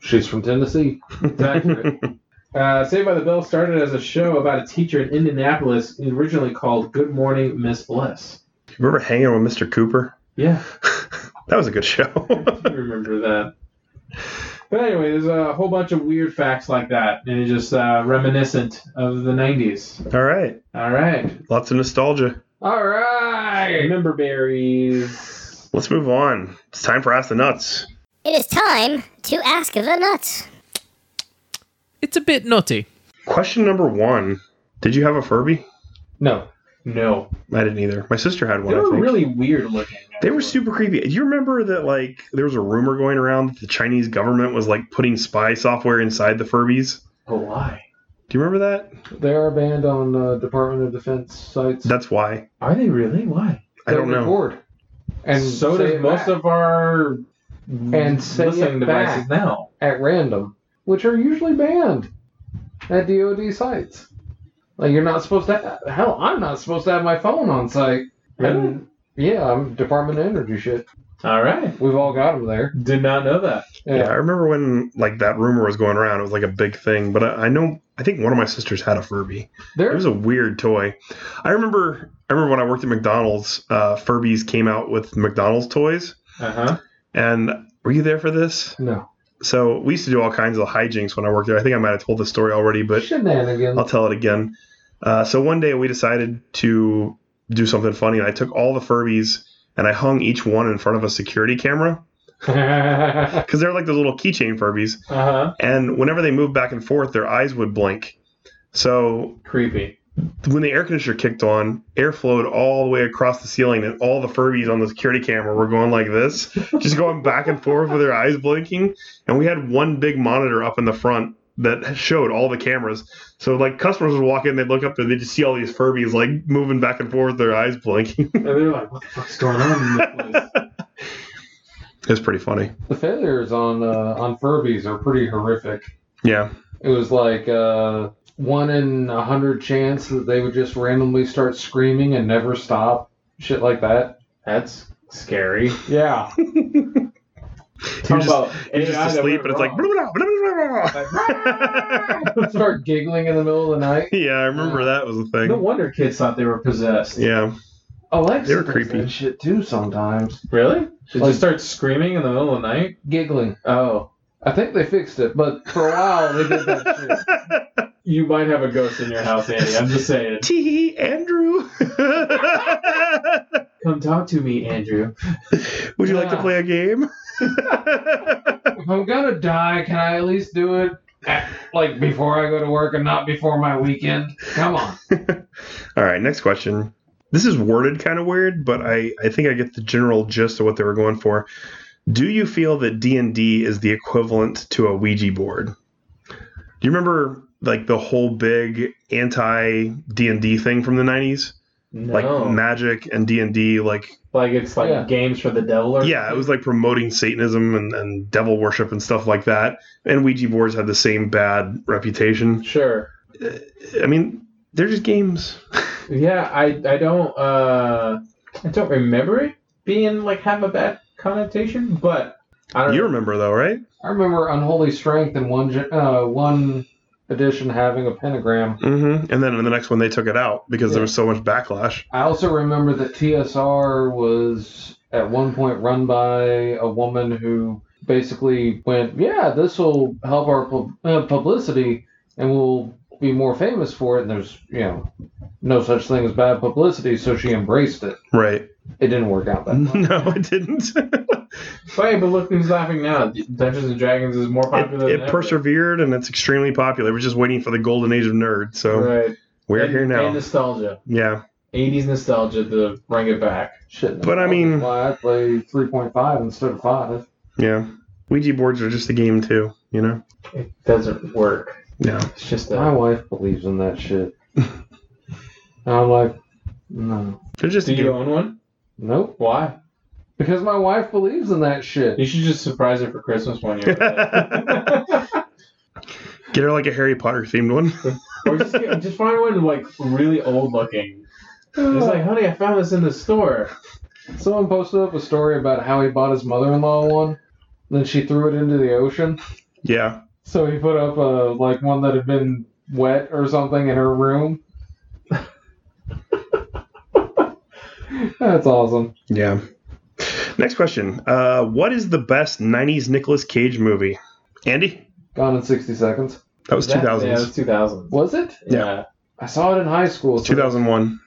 Speaker 3: She's from Tennessee.
Speaker 2: Exactly. Uh, Saved by the Bell started as a show about a teacher in Indianapolis, originally called Good Morning Miss Bliss.
Speaker 1: Remember hanging with Mr. Cooper?
Speaker 2: Yeah,
Speaker 1: That was a good show.
Speaker 2: I remember that. But anyway, there's a whole bunch of weird facts like that, and it's just uh, reminiscent of the 90s.
Speaker 1: All right.
Speaker 2: All right.
Speaker 1: Lots of nostalgia.
Speaker 3: All right.
Speaker 2: Remember berries.
Speaker 1: Let's move on. It's time for Ask the Nuts.
Speaker 6: It is time to ask the nuts.
Speaker 5: It's a bit nutty.
Speaker 1: Question number one Did you have a Furby?
Speaker 3: No.
Speaker 2: No.
Speaker 1: I didn't either. My sister had
Speaker 2: They
Speaker 1: one, I
Speaker 2: were
Speaker 1: think.
Speaker 2: really weird looking.
Speaker 1: They were
Speaker 2: actually.
Speaker 1: super creepy. Do you remember that, like, there was a rumor going around that the Chinese government was, like, putting spy software inside the Furbies?
Speaker 2: But why?
Speaker 1: Do you remember that?
Speaker 3: They are banned on uh, Department of Defense sites.
Speaker 1: That's why.
Speaker 2: Are they really? Why?
Speaker 1: I don't
Speaker 3: They
Speaker 1: know.
Speaker 3: record. And
Speaker 2: so
Speaker 3: say
Speaker 2: does
Speaker 3: it
Speaker 2: most
Speaker 3: back
Speaker 2: of our
Speaker 3: And say
Speaker 2: listening
Speaker 3: it back.
Speaker 2: devices now.
Speaker 3: at random, which are usually banned at DoD sites. Like you're not supposed to. Hell, I'm not supposed to have my phone on site.
Speaker 2: Really?
Speaker 3: And- yeah, I'm Department of Energy shit.
Speaker 2: All right.
Speaker 3: We've all got them there.
Speaker 2: Did not know that.
Speaker 1: Yeah. I remember when, like, that rumor was going around. It was, like, a big thing. But I, I know, I think one of my sisters had a Furby. It
Speaker 3: There,
Speaker 1: was a weird toy. I remember. I remember when I worked at McDonald's, uh, Furbies came out with McDonald's toys.
Speaker 2: Uh huh.
Speaker 1: And were you there for this?
Speaker 3: no.
Speaker 1: So we used to do all kinds of hijinks when I worked there. I think I might have told the story already, but
Speaker 3: Shenanigans.
Speaker 1: I'll tell it again. Uh, so one day we decided to do something funny, and I took all the Furbies and I hung each one in front of a security camera
Speaker 3: uh
Speaker 1: because they're like those little keychain Furbies.
Speaker 2: Uh huh.
Speaker 1: And whenever they moved back and forth, their eyes would blink. So
Speaker 2: Creepy.
Speaker 1: when the air conditioner kicked on, air flowed all the way across the ceiling, and all the Furbies on the security camera were going like this, just going back and forth with their eyes blinking. And we had one big monitor up in the front that showed all the cameras. So like customers would walk in, they'd look up there, they'd just see all these Furbies like moving back and forth, their eyes blinking.
Speaker 2: And they're like, what the fuck's going on in this place?
Speaker 1: it was pretty funny.
Speaker 3: the failures on uh, on Furbies are pretty horrific.
Speaker 1: Yeah.
Speaker 3: It was like uh, one in a hundred chance that they would just randomly start screaming and never stop. Shit like that.
Speaker 2: That's scary.
Speaker 3: Yeah.
Speaker 1: You're
Speaker 2: Talk
Speaker 1: just,
Speaker 2: about
Speaker 1: you're just
Speaker 2: AI that
Speaker 1: asleep,
Speaker 2: went
Speaker 1: and it's like.
Speaker 2: wrong.
Speaker 3: start giggling in the middle of the night.
Speaker 1: yeah, I remember that was a
Speaker 2: No
Speaker 1: thing.
Speaker 2: wonder kids thought they were possessed.
Speaker 1: Yeah.
Speaker 3: Alexa
Speaker 1: They were
Speaker 3: does
Speaker 1: creepy.
Speaker 3: that shit too sometimes.
Speaker 2: Really? Did
Speaker 3: Like-
Speaker 2: you start screaming in the middle of the night?
Speaker 3: Giggling.
Speaker 2: Oh.
Speaker 3: I think they fixed it, but for a while they did that shit.
Speaker 2: You might have a ghost in your house, Andy. I'm just saying.
Speaker 1: Tee, Andrew.
Speaker 2: Come talk to me, Andrew.
Speaker 1: Would you like to
Speaker 3: Yeah.
Speaker 1: play a game?
Speaker 3: If I'm gonna die, can I at least do it at, like before I go to work and not before my weekend? Come on.
Speaker 1: All right, next question. This is worded kind of weird, but I, I think I get the general gist of what they were going for. Do you feel that D&D is the equivalent to a Ouija board? Do you remember like the whole big anti D&D thing from the 90s?
Speaker 2: No.
Speaker 1: Like magic and D&D like
Speaker 2: Like it's like
Speaker 3: Yeah.
Speaker 2: games for the devil or
Speaker 1: yeah, it was like promoting Satanism and, and devil worship and stuff like that. And Ouija boards had the same bad reputation.
Speaker 2: Sure.
Speaker 1: I mean, they're just games.
Speaker 2: Yeah, I I don't uh I don't remember it being like have a bad connotation, but I don't
Speaker 1: You remember though, right?
Speaker 3: I remember Unholy Strength and one gen- uh, one edition having a pentagram.
Speaker 2: Mm-hmm.
Speaker 1: hmm And then in the next one, they took it out because
Speaker 3: Yeah.
Speaker 1: there was so much backlash.
Speaker 3: I also remember that TSR was at one point run by a woman who basically went, "Yeah, this will help our pub- uh, publicity, and we'll be more famous for it." And there's, you know, no such thing as bad publicity, so she embraced it.
Speaker 1: Right.
Speaker 3: It didn't work out that much.
Speaker 1: No, it didn't.
Speaker 2: But, hey, but look who's laughing now. Dungeons and Dragons is more popular
Speaker 1: it
Speaker 2: than
Speaker 1: persevered and it's extremely popular. We're just waiting for the golden age of nerd. So
Speaker 2: ever. Right.
Speaker 1: we're
Speaker 2: And-
Speaker 1: here now.
Speaker 2: And nostalgia.
Speaker 1: yeah.
Speaker 2: 80s nostalgia to bring it back.
Speaker 3: Shit.
Speaker 1: But I
Speaker 3: that's
Speaker 1: mean-
Speaker 3: why I play three point five instead of five.
Speaker 1: Yeah. Ouija boards are just a game, too, you know?
Speaker 2: It doesn't work.
Speaker 1: Yeah.
Speaker 2: It's just
Speaker 3: My
Speaker 2: a.
Speaker 3: wife believes in that shit. And I'm like, no,
Speaker 1: They're just
Speaker 2: Do
Speaker 1: a game.
Speaker 2: you own one?
Speaker 3: nope,
Speaker 2: Why?
Speaker 3: because my wife believes in that shit.
Speaker 2: You should just surprise her for Christmas one year.
Speaker 1: Get her like a Harry Potter themed one.
Speaker 2: or just, get, just find one like really old looking. It's like, honey, I found this in the store.
Speaker 3: Someone posted up a story about how he bought his mother-in-law one, and then she threw it into the ocean.
Speaker 1: yeah.
Speaker 3: So he put up a like one that had been wet or something in her room. That's awesome.
Speaker 1: Yeah. Next question. Uh, what is the best 90s Nicolas Cage movie? Andy?
Speaker 3: Gone in sixty seconds.
Speaker 1: That was
Speaker 2: That- Yeah, it
Speaker 1: 2000s.
Speaker 2: was 2000.
Speaker 3: Was it?
Speaker 2: Yeah.
Speaker 3: I saw it in high school. so-
Speaker 1: 2001.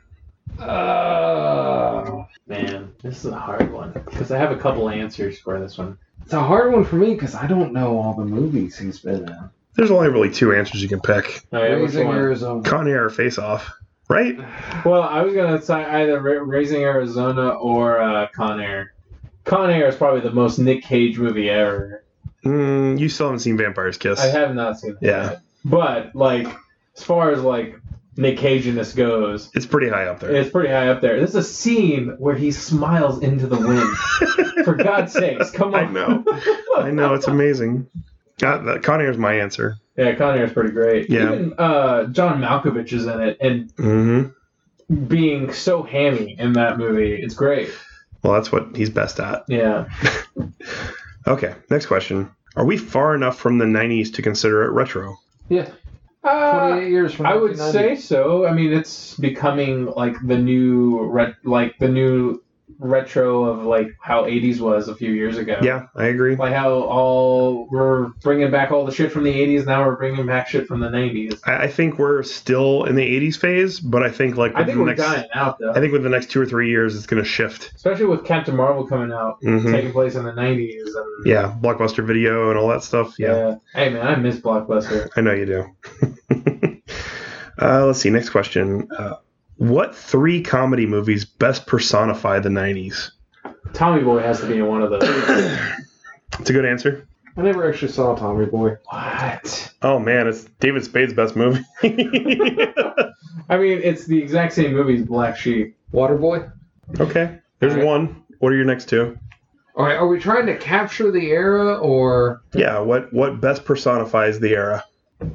Speaker 3: Uh,
Speaker 2: Man, this is a hard one. Because I have a couple answers for this one.
Speaker 3: it's a hard one for me because I don't know all the movies he's been in.
Speaker 1: There's only really two answers you can pick
Speaker 2: All right, Oh, which
Speaker 3: Raising
Speaker 2: one?
Speaker 3: Arizona.
Speaker 1: Con Air or Face Off. Right?
Speaker 2: Well, I was gonna say either Ra- Raising Arizona or uh, Con Air. Con Air is probably the most Nick Cage movie ever.
Speaker 1: Mm, you still haven't seen Vampire's Kiss.
Speaker 2: I have not seen. it.
Speaker 1: Yeah.
Speaker 2: But like, as far as like Nick Caginess goes,
Speaker 1: It's pretty high up there.
Speaker 2: it's pretty high up there. There's a scene where he smiles into the wind. For God's sakes, come on.
Speaker 1: I know. I know. It's amazing. God, that, Con Air's my answer.
Speaker 2: Yeah, Con Air's pretty great.
Speaker 1: Yeah.
Speaker 2: Even uh, John Malkovich is in it and
Speaker 1: Mm-hmm.
Speaker 2: being so hammy in that movie. It's great.
Speaker 1: Well, that's what he's best at.
Speaker 2: Yeah.
Speaker 1: Okay, next question. Are we far enough from the 90s to consider it retro?
Speaker 3: Yeah,
Speaker 2: Uh,
Speaker 3: twenty-eight years from.
Speaker 2: I would
Speaker 3: 1990.
Speaker 2: say so. I mean, it's becoming like the new ret- like the new retro of like how '80s was a few years ago.
Speaker 1: Yeah, I agree.
Speaker 2: Like how all we're bringing back all the shit from the '80s. Now we're bringing back shit from the '90s.
Speaker 1: I, I think we're still in the 80s phase, but I think like
Speaker 2: I think
Speaker 1: the
Speaker 2: we're
Speaker 1: next,
Speaker 2: dying out though,
Speaker 1: I think with the next two or three years, it's going to shift.
Speaker 2: especially with Captain Marvel coming out,
Speaker 1: hmm
Speaker 2: taking place in the '90s. And,
Speaker 1: Yeah, blockbuster video and all that stuff. Yeah,
Speaker 2: Hey man, I miss Blockbuster.
Speaker 1: I know you do. uh, let's see. Next question. Uh, what three comedy movies best personify the 90s?
Speaker 2: Tommy Boy has to be in one of those.
Speaker 1: It's a good answer.
Speaker 3: I never actually saw Tommy Boy.
Speaker 2: what?
Speaker 1: Oh man, it's David Spade's best movie.
Speaker 2: I mean, it's the exact same movie as Black Sheep.
Speaker 3: Waterboy.
Speaker 1: okay, there's
Speaker 3: All right.
Speaker 1: one. What are your next two?
Speaker 3: All right, are we trying to capture the era or
Speaker 1: Yeah, what what best personifies the era?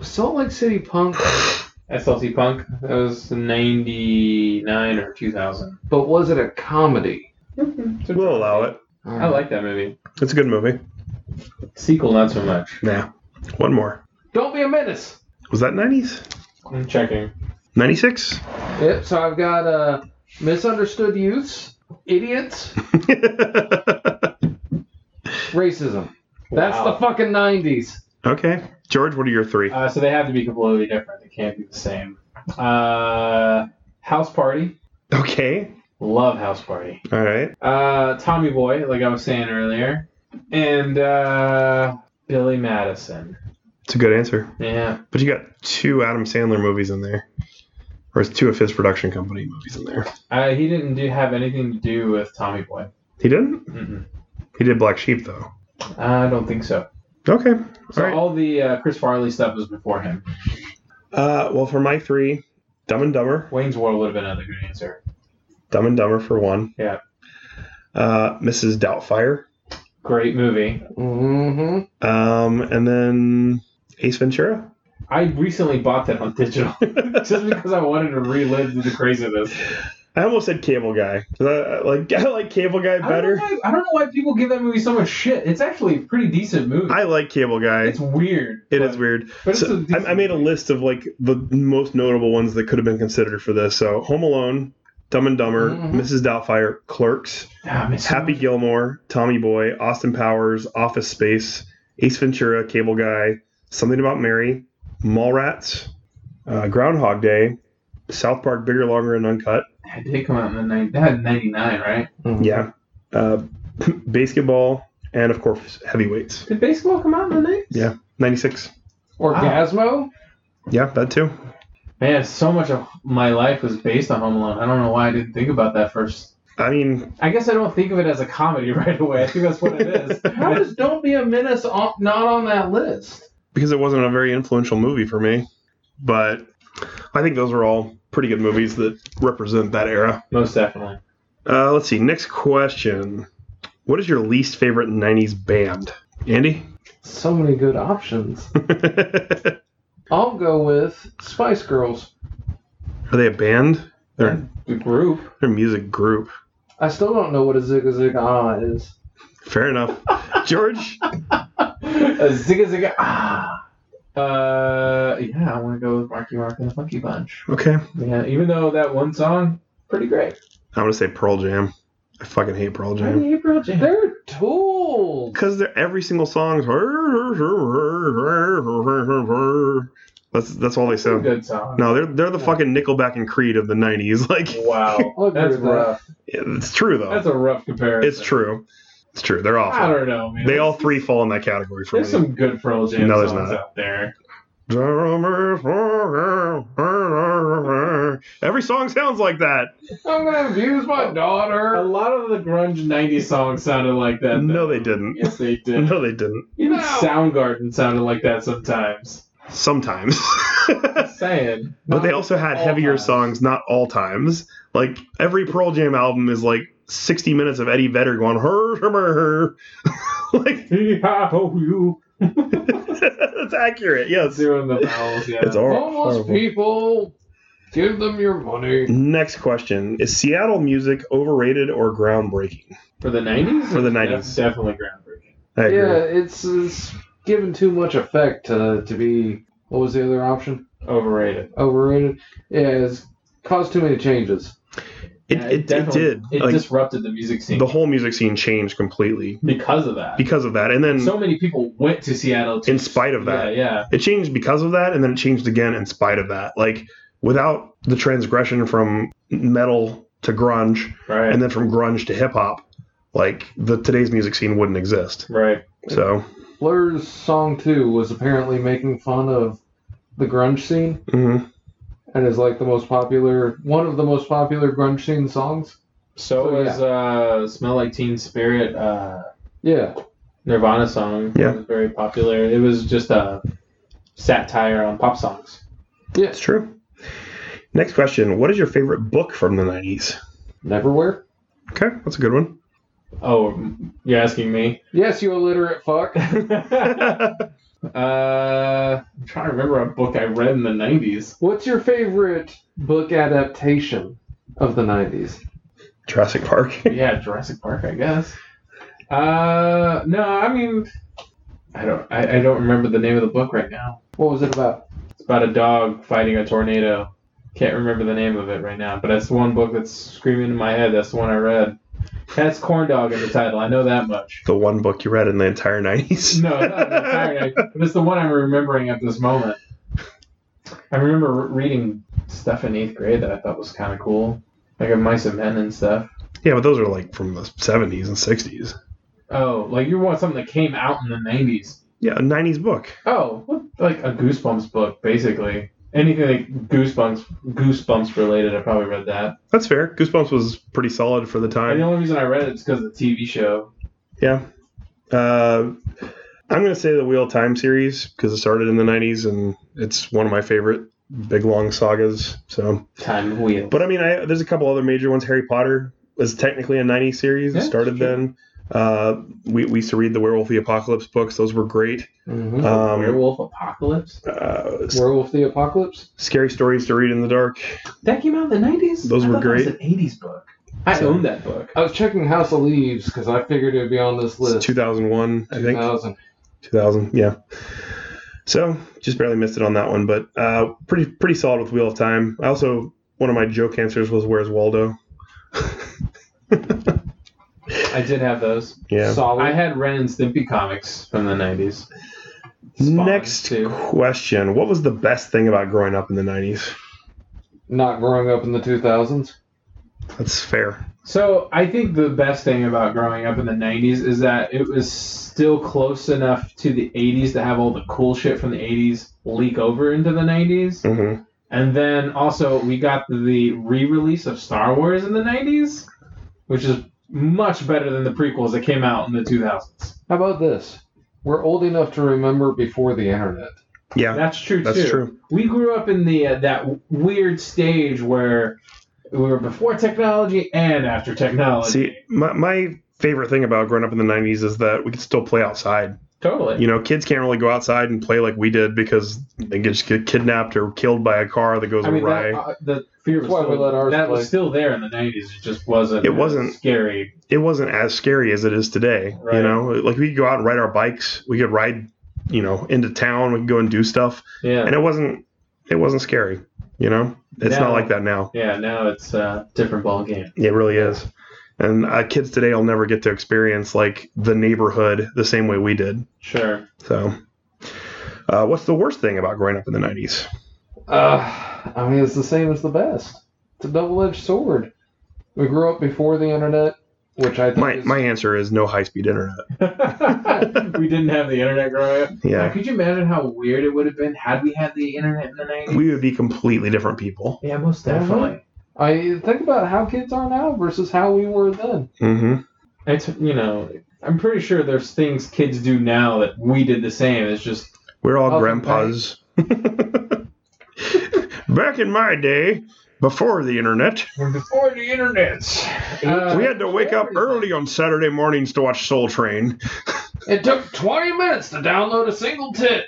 Speaker 3: Salt Lake City punk?
Speaker 2: SLC Punk. That was '99 or 2000.
Speaker 3: But was it a comedy?
Speaker 1: We'll allow it.
Speaker 3: All
Speaker 2: I
Speaker 3: right.
Speaker 2: like that movie.
Speaker 1: It's a good movie.
Speaker 2: Sequel, not so much.
Speaker 1: Nah. One more.
Speaker 3: Don't be a menace.
Speaker 1: Was that 90s?
Speaker 2: I'm checking.
Speaker 1: 96?
Speaker 3: Yep. So I've got uh, misunderstood youths, idiots, racism. That's
Speaker 2: Wow.
Speaker 3: the fucking nineties.
Speaker 1: okay. George, what are your three?
Speaker 2: Uh, so they have to be completely different. They can't be the same. Uh, House Party.
Speaker 1: Okay.
Speaker 2: Love House Party.
Speaker 1: All right.
Speaker 2: Uh, Tommy Boy, like I was saying earlier, and uh, Billy Madison.
Speaker 1: It's a good answer.
Speaker 2: Yeah.
Speaker 1: But you got two Adam Sandler movies in there. Or it's two of his production company movies in there.
Speaker 2: Uh, he didn't do have anything to do with Tommy Boy.
Speaker 1: He didn't?
Speaker 2: Mm-mm.
Speaker 1: He did Black Sheep, though.
Speaker 2: I don't think so.
Speaker 1: Okay.
Speaker 2: So
Speaker 1: All right.
Speaker 2: all the uh, Chris Farley stuff was before him.
Speaker 1: Uh, well, for my three, Dumb and Dumber.
Speaker 2: Wayne's World would have been another good answer.
Speaker 1: Dumb and Dumber for one.
Speaker 2: Yeah.
Speaker 1: Uh, Mrs. Doubtfire.
Speaker 2: Great movie.
Speaker 3: Mm-hmm.
Speaker 1: Um, and then Ace Ventura.
Speaker 2: I recently bought that on digital just because I wanted to relive the craziness.
Speaker 1: I almost said Cable Guy. 'Cause I, I like I like Cable Guy
Speaker 2: I don't, know
Speaker 1: better.
Speaker 2: why, I don't know why people give that movie so much shit. It's actually a pretty decent movie.
Speaker 1: I like Cable Guy.
Speaker 2: it's weird.
Speaker 1: It
Speaker 2: but-
Speaker 1: is weird.
Speaker 2: but it's a
Speaker 1: So
Speaker 2: decent
Speaker 1: I, I made a
Speaker 2: movie.
Speaker 1: list of like the most notable ones that could have been considered for this. So Home Alone, Dumb and Dumber,
Speaker 2: Mm-hmm.
Speaker 3: Mhm.
Speaker 1: Mrs. Doubtfire, Clerks,
Speaker 2: Ah, man, so
Speaker 1: Happy
Speaker 2: much-
Speaker 1: Gilmore, Tommy Boy, Austin Powers, Office Space, Ace Ventura, Cable Guy, Something About Mary, Mallrats, uh, Groundhog Day, South Park Bigger, Longer, and Uncut.
Speaker 2: That did come out in the nine. That had ninety nine, right?
Speaker 1: Yeah. Uh, basketball, and of course, Heavyweights.
Speaker 2: Did baseball come out in the nineties?
Speaker 1: Yeah. 96.
Speaker 3: Orgasmo?
Speaker 1: Yeah, that too.
Speaker 2: Man, so much of my life was based on Home Alone. I don't know why I didn't think about that first.
Speaker 1: I mean,
Speaker 2: I guess I don't think of it as a comedy right away. I think that's what it is.
Speaker 3: How is Don't Be a Menace on, not on that list?
Speaker 1: because it wasn't a very influential movie for me, but I think those are all pretty good movies that represent that era.
Speaker 2: Most definitely.
Speaker 1: Uh, let's see. Next question. What is your least favorite 90s band? Andy?
Speaker 3: So many good options.
Speaker 1: Are
Speaker 3: I'll go with Spice Girls.
Speaker 1: they a band? They're
Speaker 2: The group.
Speaker 1: they're a music group.
Speaker 3: I still don't know what a Zigga Zigga Ah is.
Speaker 1: Fair enough. George,
Speaker 2: A zigga zigga ah. Uh, yeah, I want to go with Marky Mark and the Funky Bunch.
Speaker 1: okay. I'm
Speaker 2: Yeah, even though that one song, pretty great.
Speaker 1: gonna say Pearl Jam. I fucking hate Pearl
Speaker 2: I
Speaker 1: Jam
Speaker 2: mean, April Jam.
Speaker 3: They're told.
Speaker 1: because they're every single song. is That's that's all they
Speaker 2: That's a
Speaker 1: sound.
Speaker 2: good song.
Speaker 1: No, they're they're the fucking Nickelback and Creed of the '90s. Like
Speaker 2: Wow,
Speaker 3: I'll agree
Speaker 2: that's
Speaker 3: with that.
Speaker 2: rough.
Speaker 1: it's true
Speaker 2: That's
Speaker 1: though.
Speaker 2: a rough comparison.
Speaker 1: It's true. It's true. They're
Speaker 2: I
Speaker 1: awful.
Speaker 2: don't know, man.
Speaker 1: They all
Speaker 2: There's-
Speaker 1: three fall in that category for me.
Speaker 2: There's some good Pearl Jam
Speaker 1: No, there's
Speaker 2: songs
Speaker 1: not.
Speaker 2: out there.
Speaker 1: Every song sounds like that.
Speaker 3: I'm gonna abuse my
Speaker 2: A
Speaker 3: daughter.
Speaker 2: lot of the grunge '90s songs sounded like that.
Speaker 1: No,
Speaker 2: though.
Speaker 1: they didn't.
Speaker 2: Yes, they did.
Speaker 1: No, they didn't.
Speaker 2: Even
Speaker 3: No.
Speaker 2: Soundgarden sounded like that sometimes.
Speaker 1: Sometimes.
Speaker 2: Just saying.
Speaker 1: but they also had
Speaker 2: all
Speaker 1: heavier
Speaker 2: times.
Speaker 1: songs, not all times. Like every Pearl Jam album is like 60 minutes of Eddie Vedder going, her, her, her, her. like,
Speaker 2: Hee-haw, you
Speaker 1: that's accurate. Yes.
Speaker 2: doing the vowels? Yeah.
Speaker 1: It's all
Speaker 3: Homeless people, give them your money.
Speaker 1: Next question Is Seattle music overrated or groundbreaking?
Speaker 2: For the nineties?
Speaker 1: For the 90s.
Speaker 2: definitely groundbreaking.
Speaker 1: I agree.
Speaker 3: Yeah, it's, it's given too much effect to, to be. What was the other option?
Speaker 2: Overrated.
Speaker 3: Overrated? Yeah, it's caused too many changes.
Speaker 1: It,
Speaker 2: Yeah,
Speaker 1: it, it
Speaker 2: definitely-
Speaker 1: did.
Speaker 2: It
Speaker 1: like,
Speaker 2: disrupted the music scene
Speaker 1: the whole music scene changed completely
Speaker 2: because of that.
Speaker 1: because of that. And then
Speaker 2: so many people went to Seattle to
Speaker 1: in spite of that,
Speaker 2: Yeah,
Speaker 1: it changed because of that, and then it changed again in spite of that. Like without the transgression from metal to grunge,
Speaker 2: yeah. Right.
Speaker 1: and then from grunge to hip hop, like the today's music scene wouldn't exist.
Speaker 2: right.
Speaker 1: So
Speaker 3: Blur's song two was apparently making fun of the grunge scene
Speaker 1: mhm.
Speaker 3: and is like the most popular, one of the most popular grunge scene songs.
Speaker 2: So
Speaker 3: So,
Speaker 2: was uh Smell Like Teen Spirit uh
Speaker 3: Yeah,
Speaker 2: Nirvana song.
Speaker 1: Yeah.
Speaker 2: It was very popular. It was just a satire on pop songs.
Speaker 1: it's true. Next question: What is your favorite book from the '90s?
Speaker 3: Neverwhere.
Speaker 1: Okay, that's a good one.
Speaker 2: Oh, you're asking me?
Speaker 3: Yes, you illiterate fuck.
Speaker 2: Uh, I'm trying to remember a book I read in the 90s.
Speaker 3: What's your favorite book adaptation of the 90s?
Speaker 1: Jurassic Park.
Speaker 2: Yeah, Jurassic Park, I guess. Uh, no, I mean, I don't, I, I don't remember the name of the book right now.
Speaker 3: What was it about?
Speaker 2: It's about a dog fighting a tornado. Can't remember the name of it right now, but that's the one book that's screaming in my head. That's the one I read. That's corn dog in the title. I know that much.
Speaker 1: the one book you read in the entire '90s.
Speaker 2: No, not the entire name, but it's the one I'm remembering at this moment. I remember re- reading stuff in eighth grade that I thought was kind of cool, like of mice and men and stuff.
Speaker 1: Yeah, but those are like from the '70s and '60s.
Speaker 2: Oh, like you want something that came out in the '90s.
Speaker 1: Yeah, a '90s book.
Speaker 2: Oh, what- like a Goosebumps book, basically. Anything like Goosebumps, Goosebumps related, I probably read that.
Speaker 1: That's fair. Goosebumps was pretty solid for the
Speaker 2: And the
Speaker 1: time.
Speaker 2: only reason I read it is because of the TV show.
Speaker 1: Yeah. Uh, I'm going to say the Wheel of Time series because it started in the 90s and it's one of my favorite big long sagas. So,
Speaker 2: Time Wheel.
Speaker 1: but I mean, I, there's a couple other major ones. Harry Potter was technically a 90s series.
Speaker 2: Yeah,
Speaker 1: it started
Speaker 2: sure.
Speaker 1: then. Uh, we, we used to read the Werewolf the Apocalypse books. Those were great.
Speaker 3: Mhm.
Speaker 1: Um,
Speaker 2: Werewolf Apocalypse.
Speaker 1: uh, s-
Speaker 3: Werewolf the Apocalypse.
Speaker 1: scary stories to read in the dark.
Speaker 2: That came out in the nineties.
Speaker 1: Those were
Speaker 2: That was an eighties book. I owned that book.
Speaker 3: I was checking House of Leaves because I figured it would be on this
Speaker 1: It's
Speaker 3: list.
Speaker 1: 2001, I think.
Speaker 2: Oh.
Speaker 3: 2000.
Speaker 1: 2000 yeah so just barely missed it on that one but uh, pretty pretty solid with wheel of time i also one of my joke answers was where's waldo
Speaker 2: I did have those.
Speaker 1: yeah
Speaker 3: Solid.
Speaker 2: I had Ren and Stimpy comics from the nineties.
Speaker 1: next question what was the best thing about growing up in the 90s
Speaker 3: Not growing up in the 2000s.
Speaker 1: that's fair
Speaker 2: So I think the best thing about growing up in the '90s is that it was still close enough to the '80s to have all the cool shit from the '80s leak over into the '90s,
Speaker 1: hmm
Speaker 2: and then also we got the re-release of Star Wars in the '90s, which is much better than the prequels that came out in the 2000s.
Speaker 3: How about this? We're old enough to remember before the internet.
Speaker 1: yeah
Speaker 2: That's true
Speaker 1: that's
Speaker 2: too.
Speaker 1: true
Speaker 2: We grew up in the uh, that w- weird stage where we were before technology and after technology.
Speaker 1: see my, my favorite thing about growing up in the 90s is that we could still play outside
Speaker 2: totally.
Speaker 1: you know kids can't really go outside and play like we did because they get- just get kidnapped or killed by a car that goes
Speaker 2: I mean,
Speaker 1: awry
Speaker 2: that, uh, the fear
Speaker 3: That's
Speaker 2: was
Speaker 3: why we
Speaker 2: still,
Speaker 3: let ours
Speaker 2: that
Speaker 3: play.
Speaker 2: was still there in the '90s. It just wasn't.
Speaker 1: It
Speaker 2: as
Speaker 1: wasn't.
Speaker 2: scary.
Speaker 1: it wasn't as scary as it is today. You
Speaker 2: Right.
Speaker 1: know, like we could go out and ride our bikes. We could ride, you know, into town. We could go and do stuff,
Speaker 2: Yeah,
Speaker 1: and it wasn't it wasn't scary. You know, it's
Speaker 2: No.
Speaker 1: not like that now.
Speaker 2: yeah. Now it's a different ball game.
Speaker 1: It really is. And uh, kids today will never get to experience like the neighborhood the same way we did.
Speaker 2: Sure.
Speaker 1: So, uh, what's the worst thing about growing up in the '90s?
Speaker 3: Uh, I mean, it's the same as the best. It's a double-edged sword. We grew up before the internet, which I think
Speaker 1: My
Speaker 3: is
Speaker 1: my answer is no high speed internet.
Speaker 2: we didn't have the internet growing up. Now,
Speaker 1: Yeah,
Speaker 2: could you imagine how weird it would have been had we had the internet in the '90s?
Speaker 1: we would be completely different people.
Speaker 2: yeah, most definitely.
Speaker 3: I think about how kids are now versus how we were then.
Speaker 1: hmm
Speaker 2: It's you know, I'm pretty sure there's things kids do now that we did the same. It's just
Speaker 1: We're all
Speaker 3: Oh,
Speaker 1: grandpas. Back in my day, before the internet,
Speaker 2: before the internet. Uh,
Speaker 1: we had to wake up early on Saturday mornings to watch Soul Train.
Speaker 3: It took 20 minutes to download a single tit.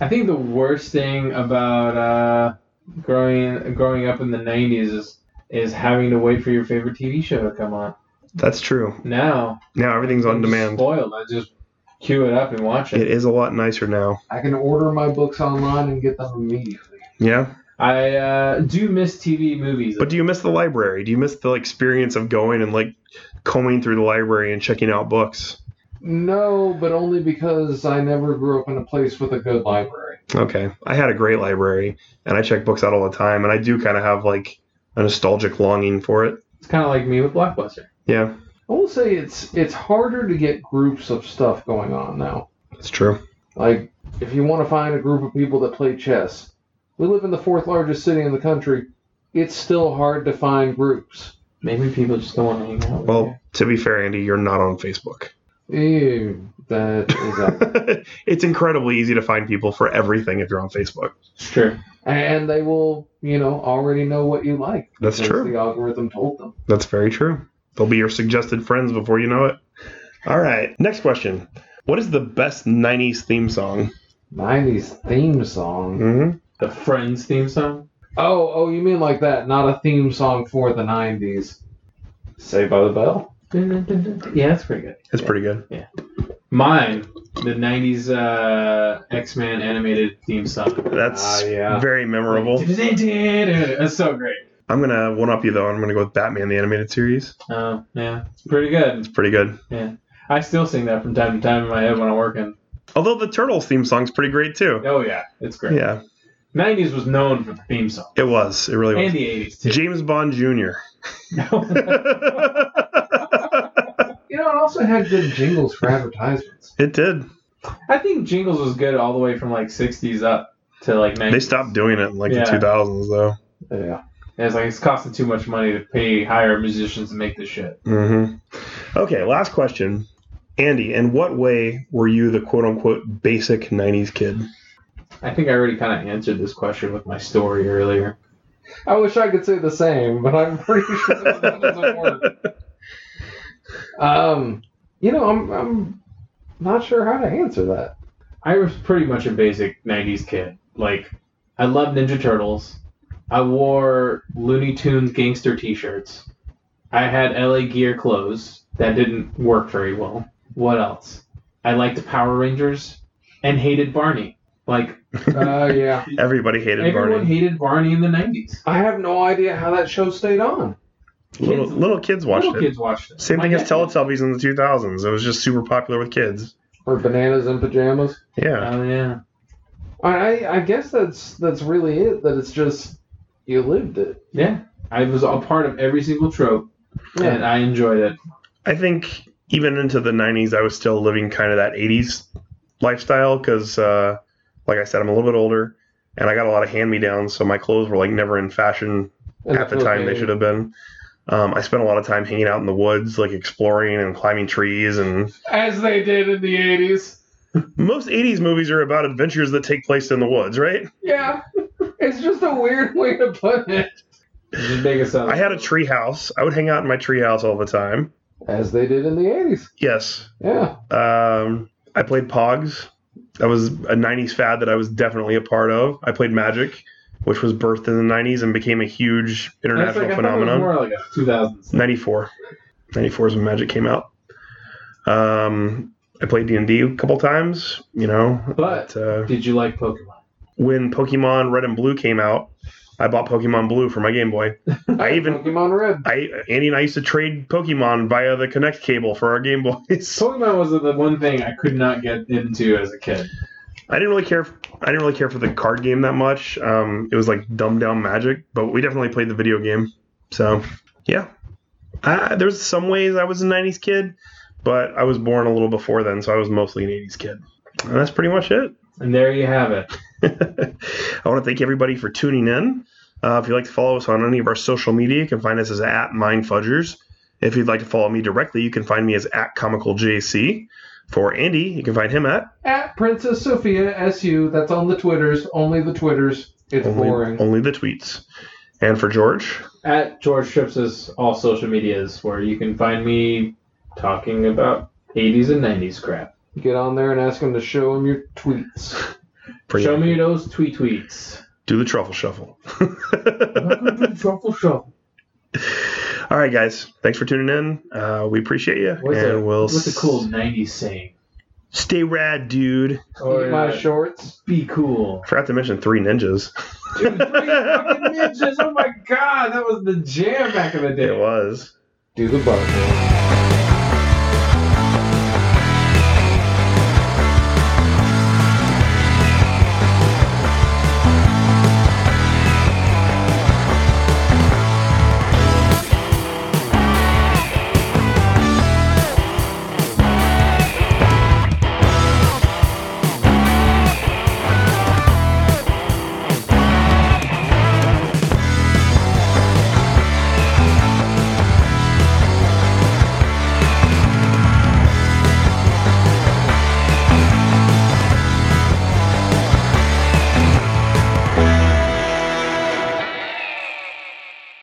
Speaker 2: I think the worst thing about uh, growing growing up in the '90s is is having to wait for your favorite TV show to come on.
Speaker 1: That's true.
Speaker 2: Now
Speaker 1: Now everything's on
Speaker 2: I'm
Speaker 1: demand.
Speaker 2: Spoiled. I just queue it up and watch
Speaker 1: It
Speaker 2: it.
Speaker 1: is a lot nicer now.
Speaker 3: I can order my books online and get them immediately.
Speaker 1: Yeah.
Speaker 2: I uh, do miss TV movies.
Speaker 1: But do you miss the library? Do you miss the experience of going and like combing through the library and checking out books?
Speaker 3: No, but only because I never grew up in a place with a good library.
Speaker 1: Okay. I had a great library and I check books out all the time and I do kind of have like a nostalgic longing for it.
Speaker 2: it's kind of like me with Blockbuster.
Speaker 1: Yeah.
Speaker 3: I will say it's it's harder to get groups of stuff going on now.
Speaker 1: That's true.
Speaker 3: Like if you want to find a group of people that play chess, we live in the fourth largest city in the country. It's still hard to find groups.
Speaker 2: Maybe people just don't want to hang out.
Speaker 1: Well, to be fair, Andy, you're not on Facebook.
Speaker 3: Ew, that is a,
Speaker 1: it's incredibly easy to find people for everything if you're on Facebook.
Speaker 2: it's true.
Speaker 3: and they will, you know, already know what you like.
Speaker 1: That's
Speaker 3: because
Speaker 1: true.
Speaker 3: The algorithm told them.
Speaker 1: That's very true. They'll be your suggested friends before you know it. All right. Next question. What is the best 90s theme song?
Speaker 3: 90s theme song.
Speaker 1: Mm-hmm.
Speaker 2: The Friends theme song.
Speaker 3: Oh, oh, you mean like that? Not a theme song for the 90s. Saved by the Bell?
Speaker 2: Yeah, that's pretty good.
Speaker 1: It's pretty good.
Speaker 2: Mine, the '90s uh, X-Men animated theme song.
Speaker 1: That's
Speaker 3: Ah, yeah.
Speaker 1: very memorable.
Speaker 2: That's so great.
Speaker 1: I'm going to one up you, though. I'm going to go with Batman the Animated Series.
Speaker 2: Oh, yeah. It's pretty good.
Speaker 1: It's pretty good.
Speaker 2: I still sing that from time to time in my head when I'm working.
Speaker 1: Although the Turtles theme song's pretty great, too.
Speaker 2: Oh, yeah. It's great.
Speaker 1: Yeah,
Speaker 2: 90s was known for the theme song.
Speaker 1: it was. It really
Speaker 2: And
Speaker 1: was.
Speaker 2: the 80s, too.
Speaker 1: James Bond Jr.
Speaker 3: You know, it also had good jingles for advertisements.
Speaker 1: it did.
Speaker 2: I think Jingles was good all the way from like 60s up to like 90s.
Speaker 1: They stopped doing it in like
Speaker 2: Yeah.
Speaker 1: the 2000s, though.
Speaker 3: Yeah.
Speaker 2: And It's like it's costing too much money to pay hire musicians to make this shit.
Speaker 1: hmm Okay, last question. Andy, in what way were you the quote unquote basic 90s kid?
Speaker 2: I think I already kind of answered this question with my story earlier.
Speaker 3: I wish I could say the same, but I'm pretty sure that doesn't work. Um, You know, I'm I'm not sure how to answer that.
Speaker 2: I was pretty much a basic '90s kid. Like, I loved Ninja Turtles. I wore Looney Tunes gangster T-shirts. I had LA Gear clothes that didn't work very well. What else? I liked Power Rangers and hated Barney. Like
Speaker 3: Uh, yeah.
Speaker 1: Everybody hated
Speaker 2: everyone
Speaker 1: Barney.
Speaker 2: hated Barney in the '90s.
Speaker 3: I have no idea how that show stayed on.
Speaker 1: little,
Speaker 2: kids-
Speaker 1: little kids watched
Speaker 2: Little
Speaker 1: it.
Speaker 2: kids watched it.
Speaker 1: Same
Speaker 2: My
Speaker 1: thing as
Speaker 2: dad-
Speaker 1: Teletubbies in the 2000s. It was just super popular with kids.
Speaker 3: Or bananas and pajamas.
Speaker 1: Yeah.
Speaker 2: Oh yeah.
Speaker 3: I I, I guess that's that's really it. That it's just you lived it.
Speaker 2: Yeah. I was a part of every single trope, and I enjoyed it.
Speaker 1: I think even into the 90s, I was still living kind of that 80s lifestyle because, uh, like I said, I'm a little bit older and I got a lot of hand me downs. So my clothes were like never in fashion
Speaker 3: And
Speaker 1: at the time they should have been. Um, I spent a lot of time hanging out in the woods, like exploring and climbing trees. And
Speaker 2: As they did in the '80s.
Speaker 1: most 80s movies are about adventures that take place in the woods, right?
Speaker 3: Yeah. It's just a weird way to put it.
Speaker 2: Just make us up.
Speaker 1: I had a tree house. I would hang out in my tree house all the time.
Speaker 3: As they did in the eighties.
Speaker 1: Yes.
Speaker 3: Yeah.
Speaker 1: Um, I played Pogs. That was a 90s fad that I was definitely a part of. I played Magic, which was birthed in the 90s and became a huge
Speaker 2: That's
Speaker 1: international
Speaker 2: like- I thought it was
Speaker 1: phenomenon.
Speaker 2: More like a 2000s.
Speaker 1: 94. 94 is when Magic came out. Um, I played D&D a couple times, you know.
Speaker 2: But-
Speaker 1: uh,
Speaker 2: Did you like Pokemon?
Speaker 1: when Pokemon Red and Blue came out, I bought Pokemon Blue for my Game Boy. I even...
Speaker 3: Pokemon Red.
Speaker 1: I, Andy and I used to trade Pokemon via the Connect cable for our Game Boys.
Speaker 2: Pokemon was the one thing I could not get into as a kid.
Speaker 1: I didn't really care. I didn't really care for the card game that much. Um, it was like dumbed down Magic, but we definitely played the video game. So yeah, I, there's some ways I was a '90s kid, but I was born a little before then, so I was mostly an '80s kid. And that's pretty much it.
Speaker 2: And there you have it.
Speaker 1: I want to thank everybody for tuning in. Uh, if you'd like to follow us on any of our social media, you can find us as at MindFudgers. If you'd like to follow me directly, you can find me as at ComicalJC. For Andy, you can find him at
Speaker 3: At Princess Sophia SU. That's on the Twitters. Only the Twitters. It's
Speaker 1: only,
Speaker 3: boring.
Speaker 1: only the tweets. And for George,
Speaker 2: At George Trips is all social medias where you can find me talking about 80s and 90s crap.
Speaker 3: Get on there and ask them to show them your tweets.
Speaker 1: for
Speaker 2: Show
Speaker 1: you.
Speaker 2: me those tweet tweets.
Speaker 1: Do the truffle shuffle.
Speaker 2: Welcome to the Truffle Show.
Speaker 1: All right, guys. Thanks for tuning in. Uh, we appreciate you.
Speaker 2: What's,
Speaker 1: and
Speaker 2: a,
Speaker 1: we'll
Speaker 2: what's a
Speaker 1: s-
Speaker 2: cool 90s saying?
Speaker 1: Stay rad, dude.
Speaker 2: Or,
Speaker 3: Eat my
Speaker 2: uh,
Speaker 3: shorts.
Speaker 2: be cool.
Speaker 1: Forgot to mention three ninjas.
Speaker 2: Dude, three fucking ninjas. Oh my god, that was the jam back in the day.
Speaker 1: it was.
Speaker 3: Do the button.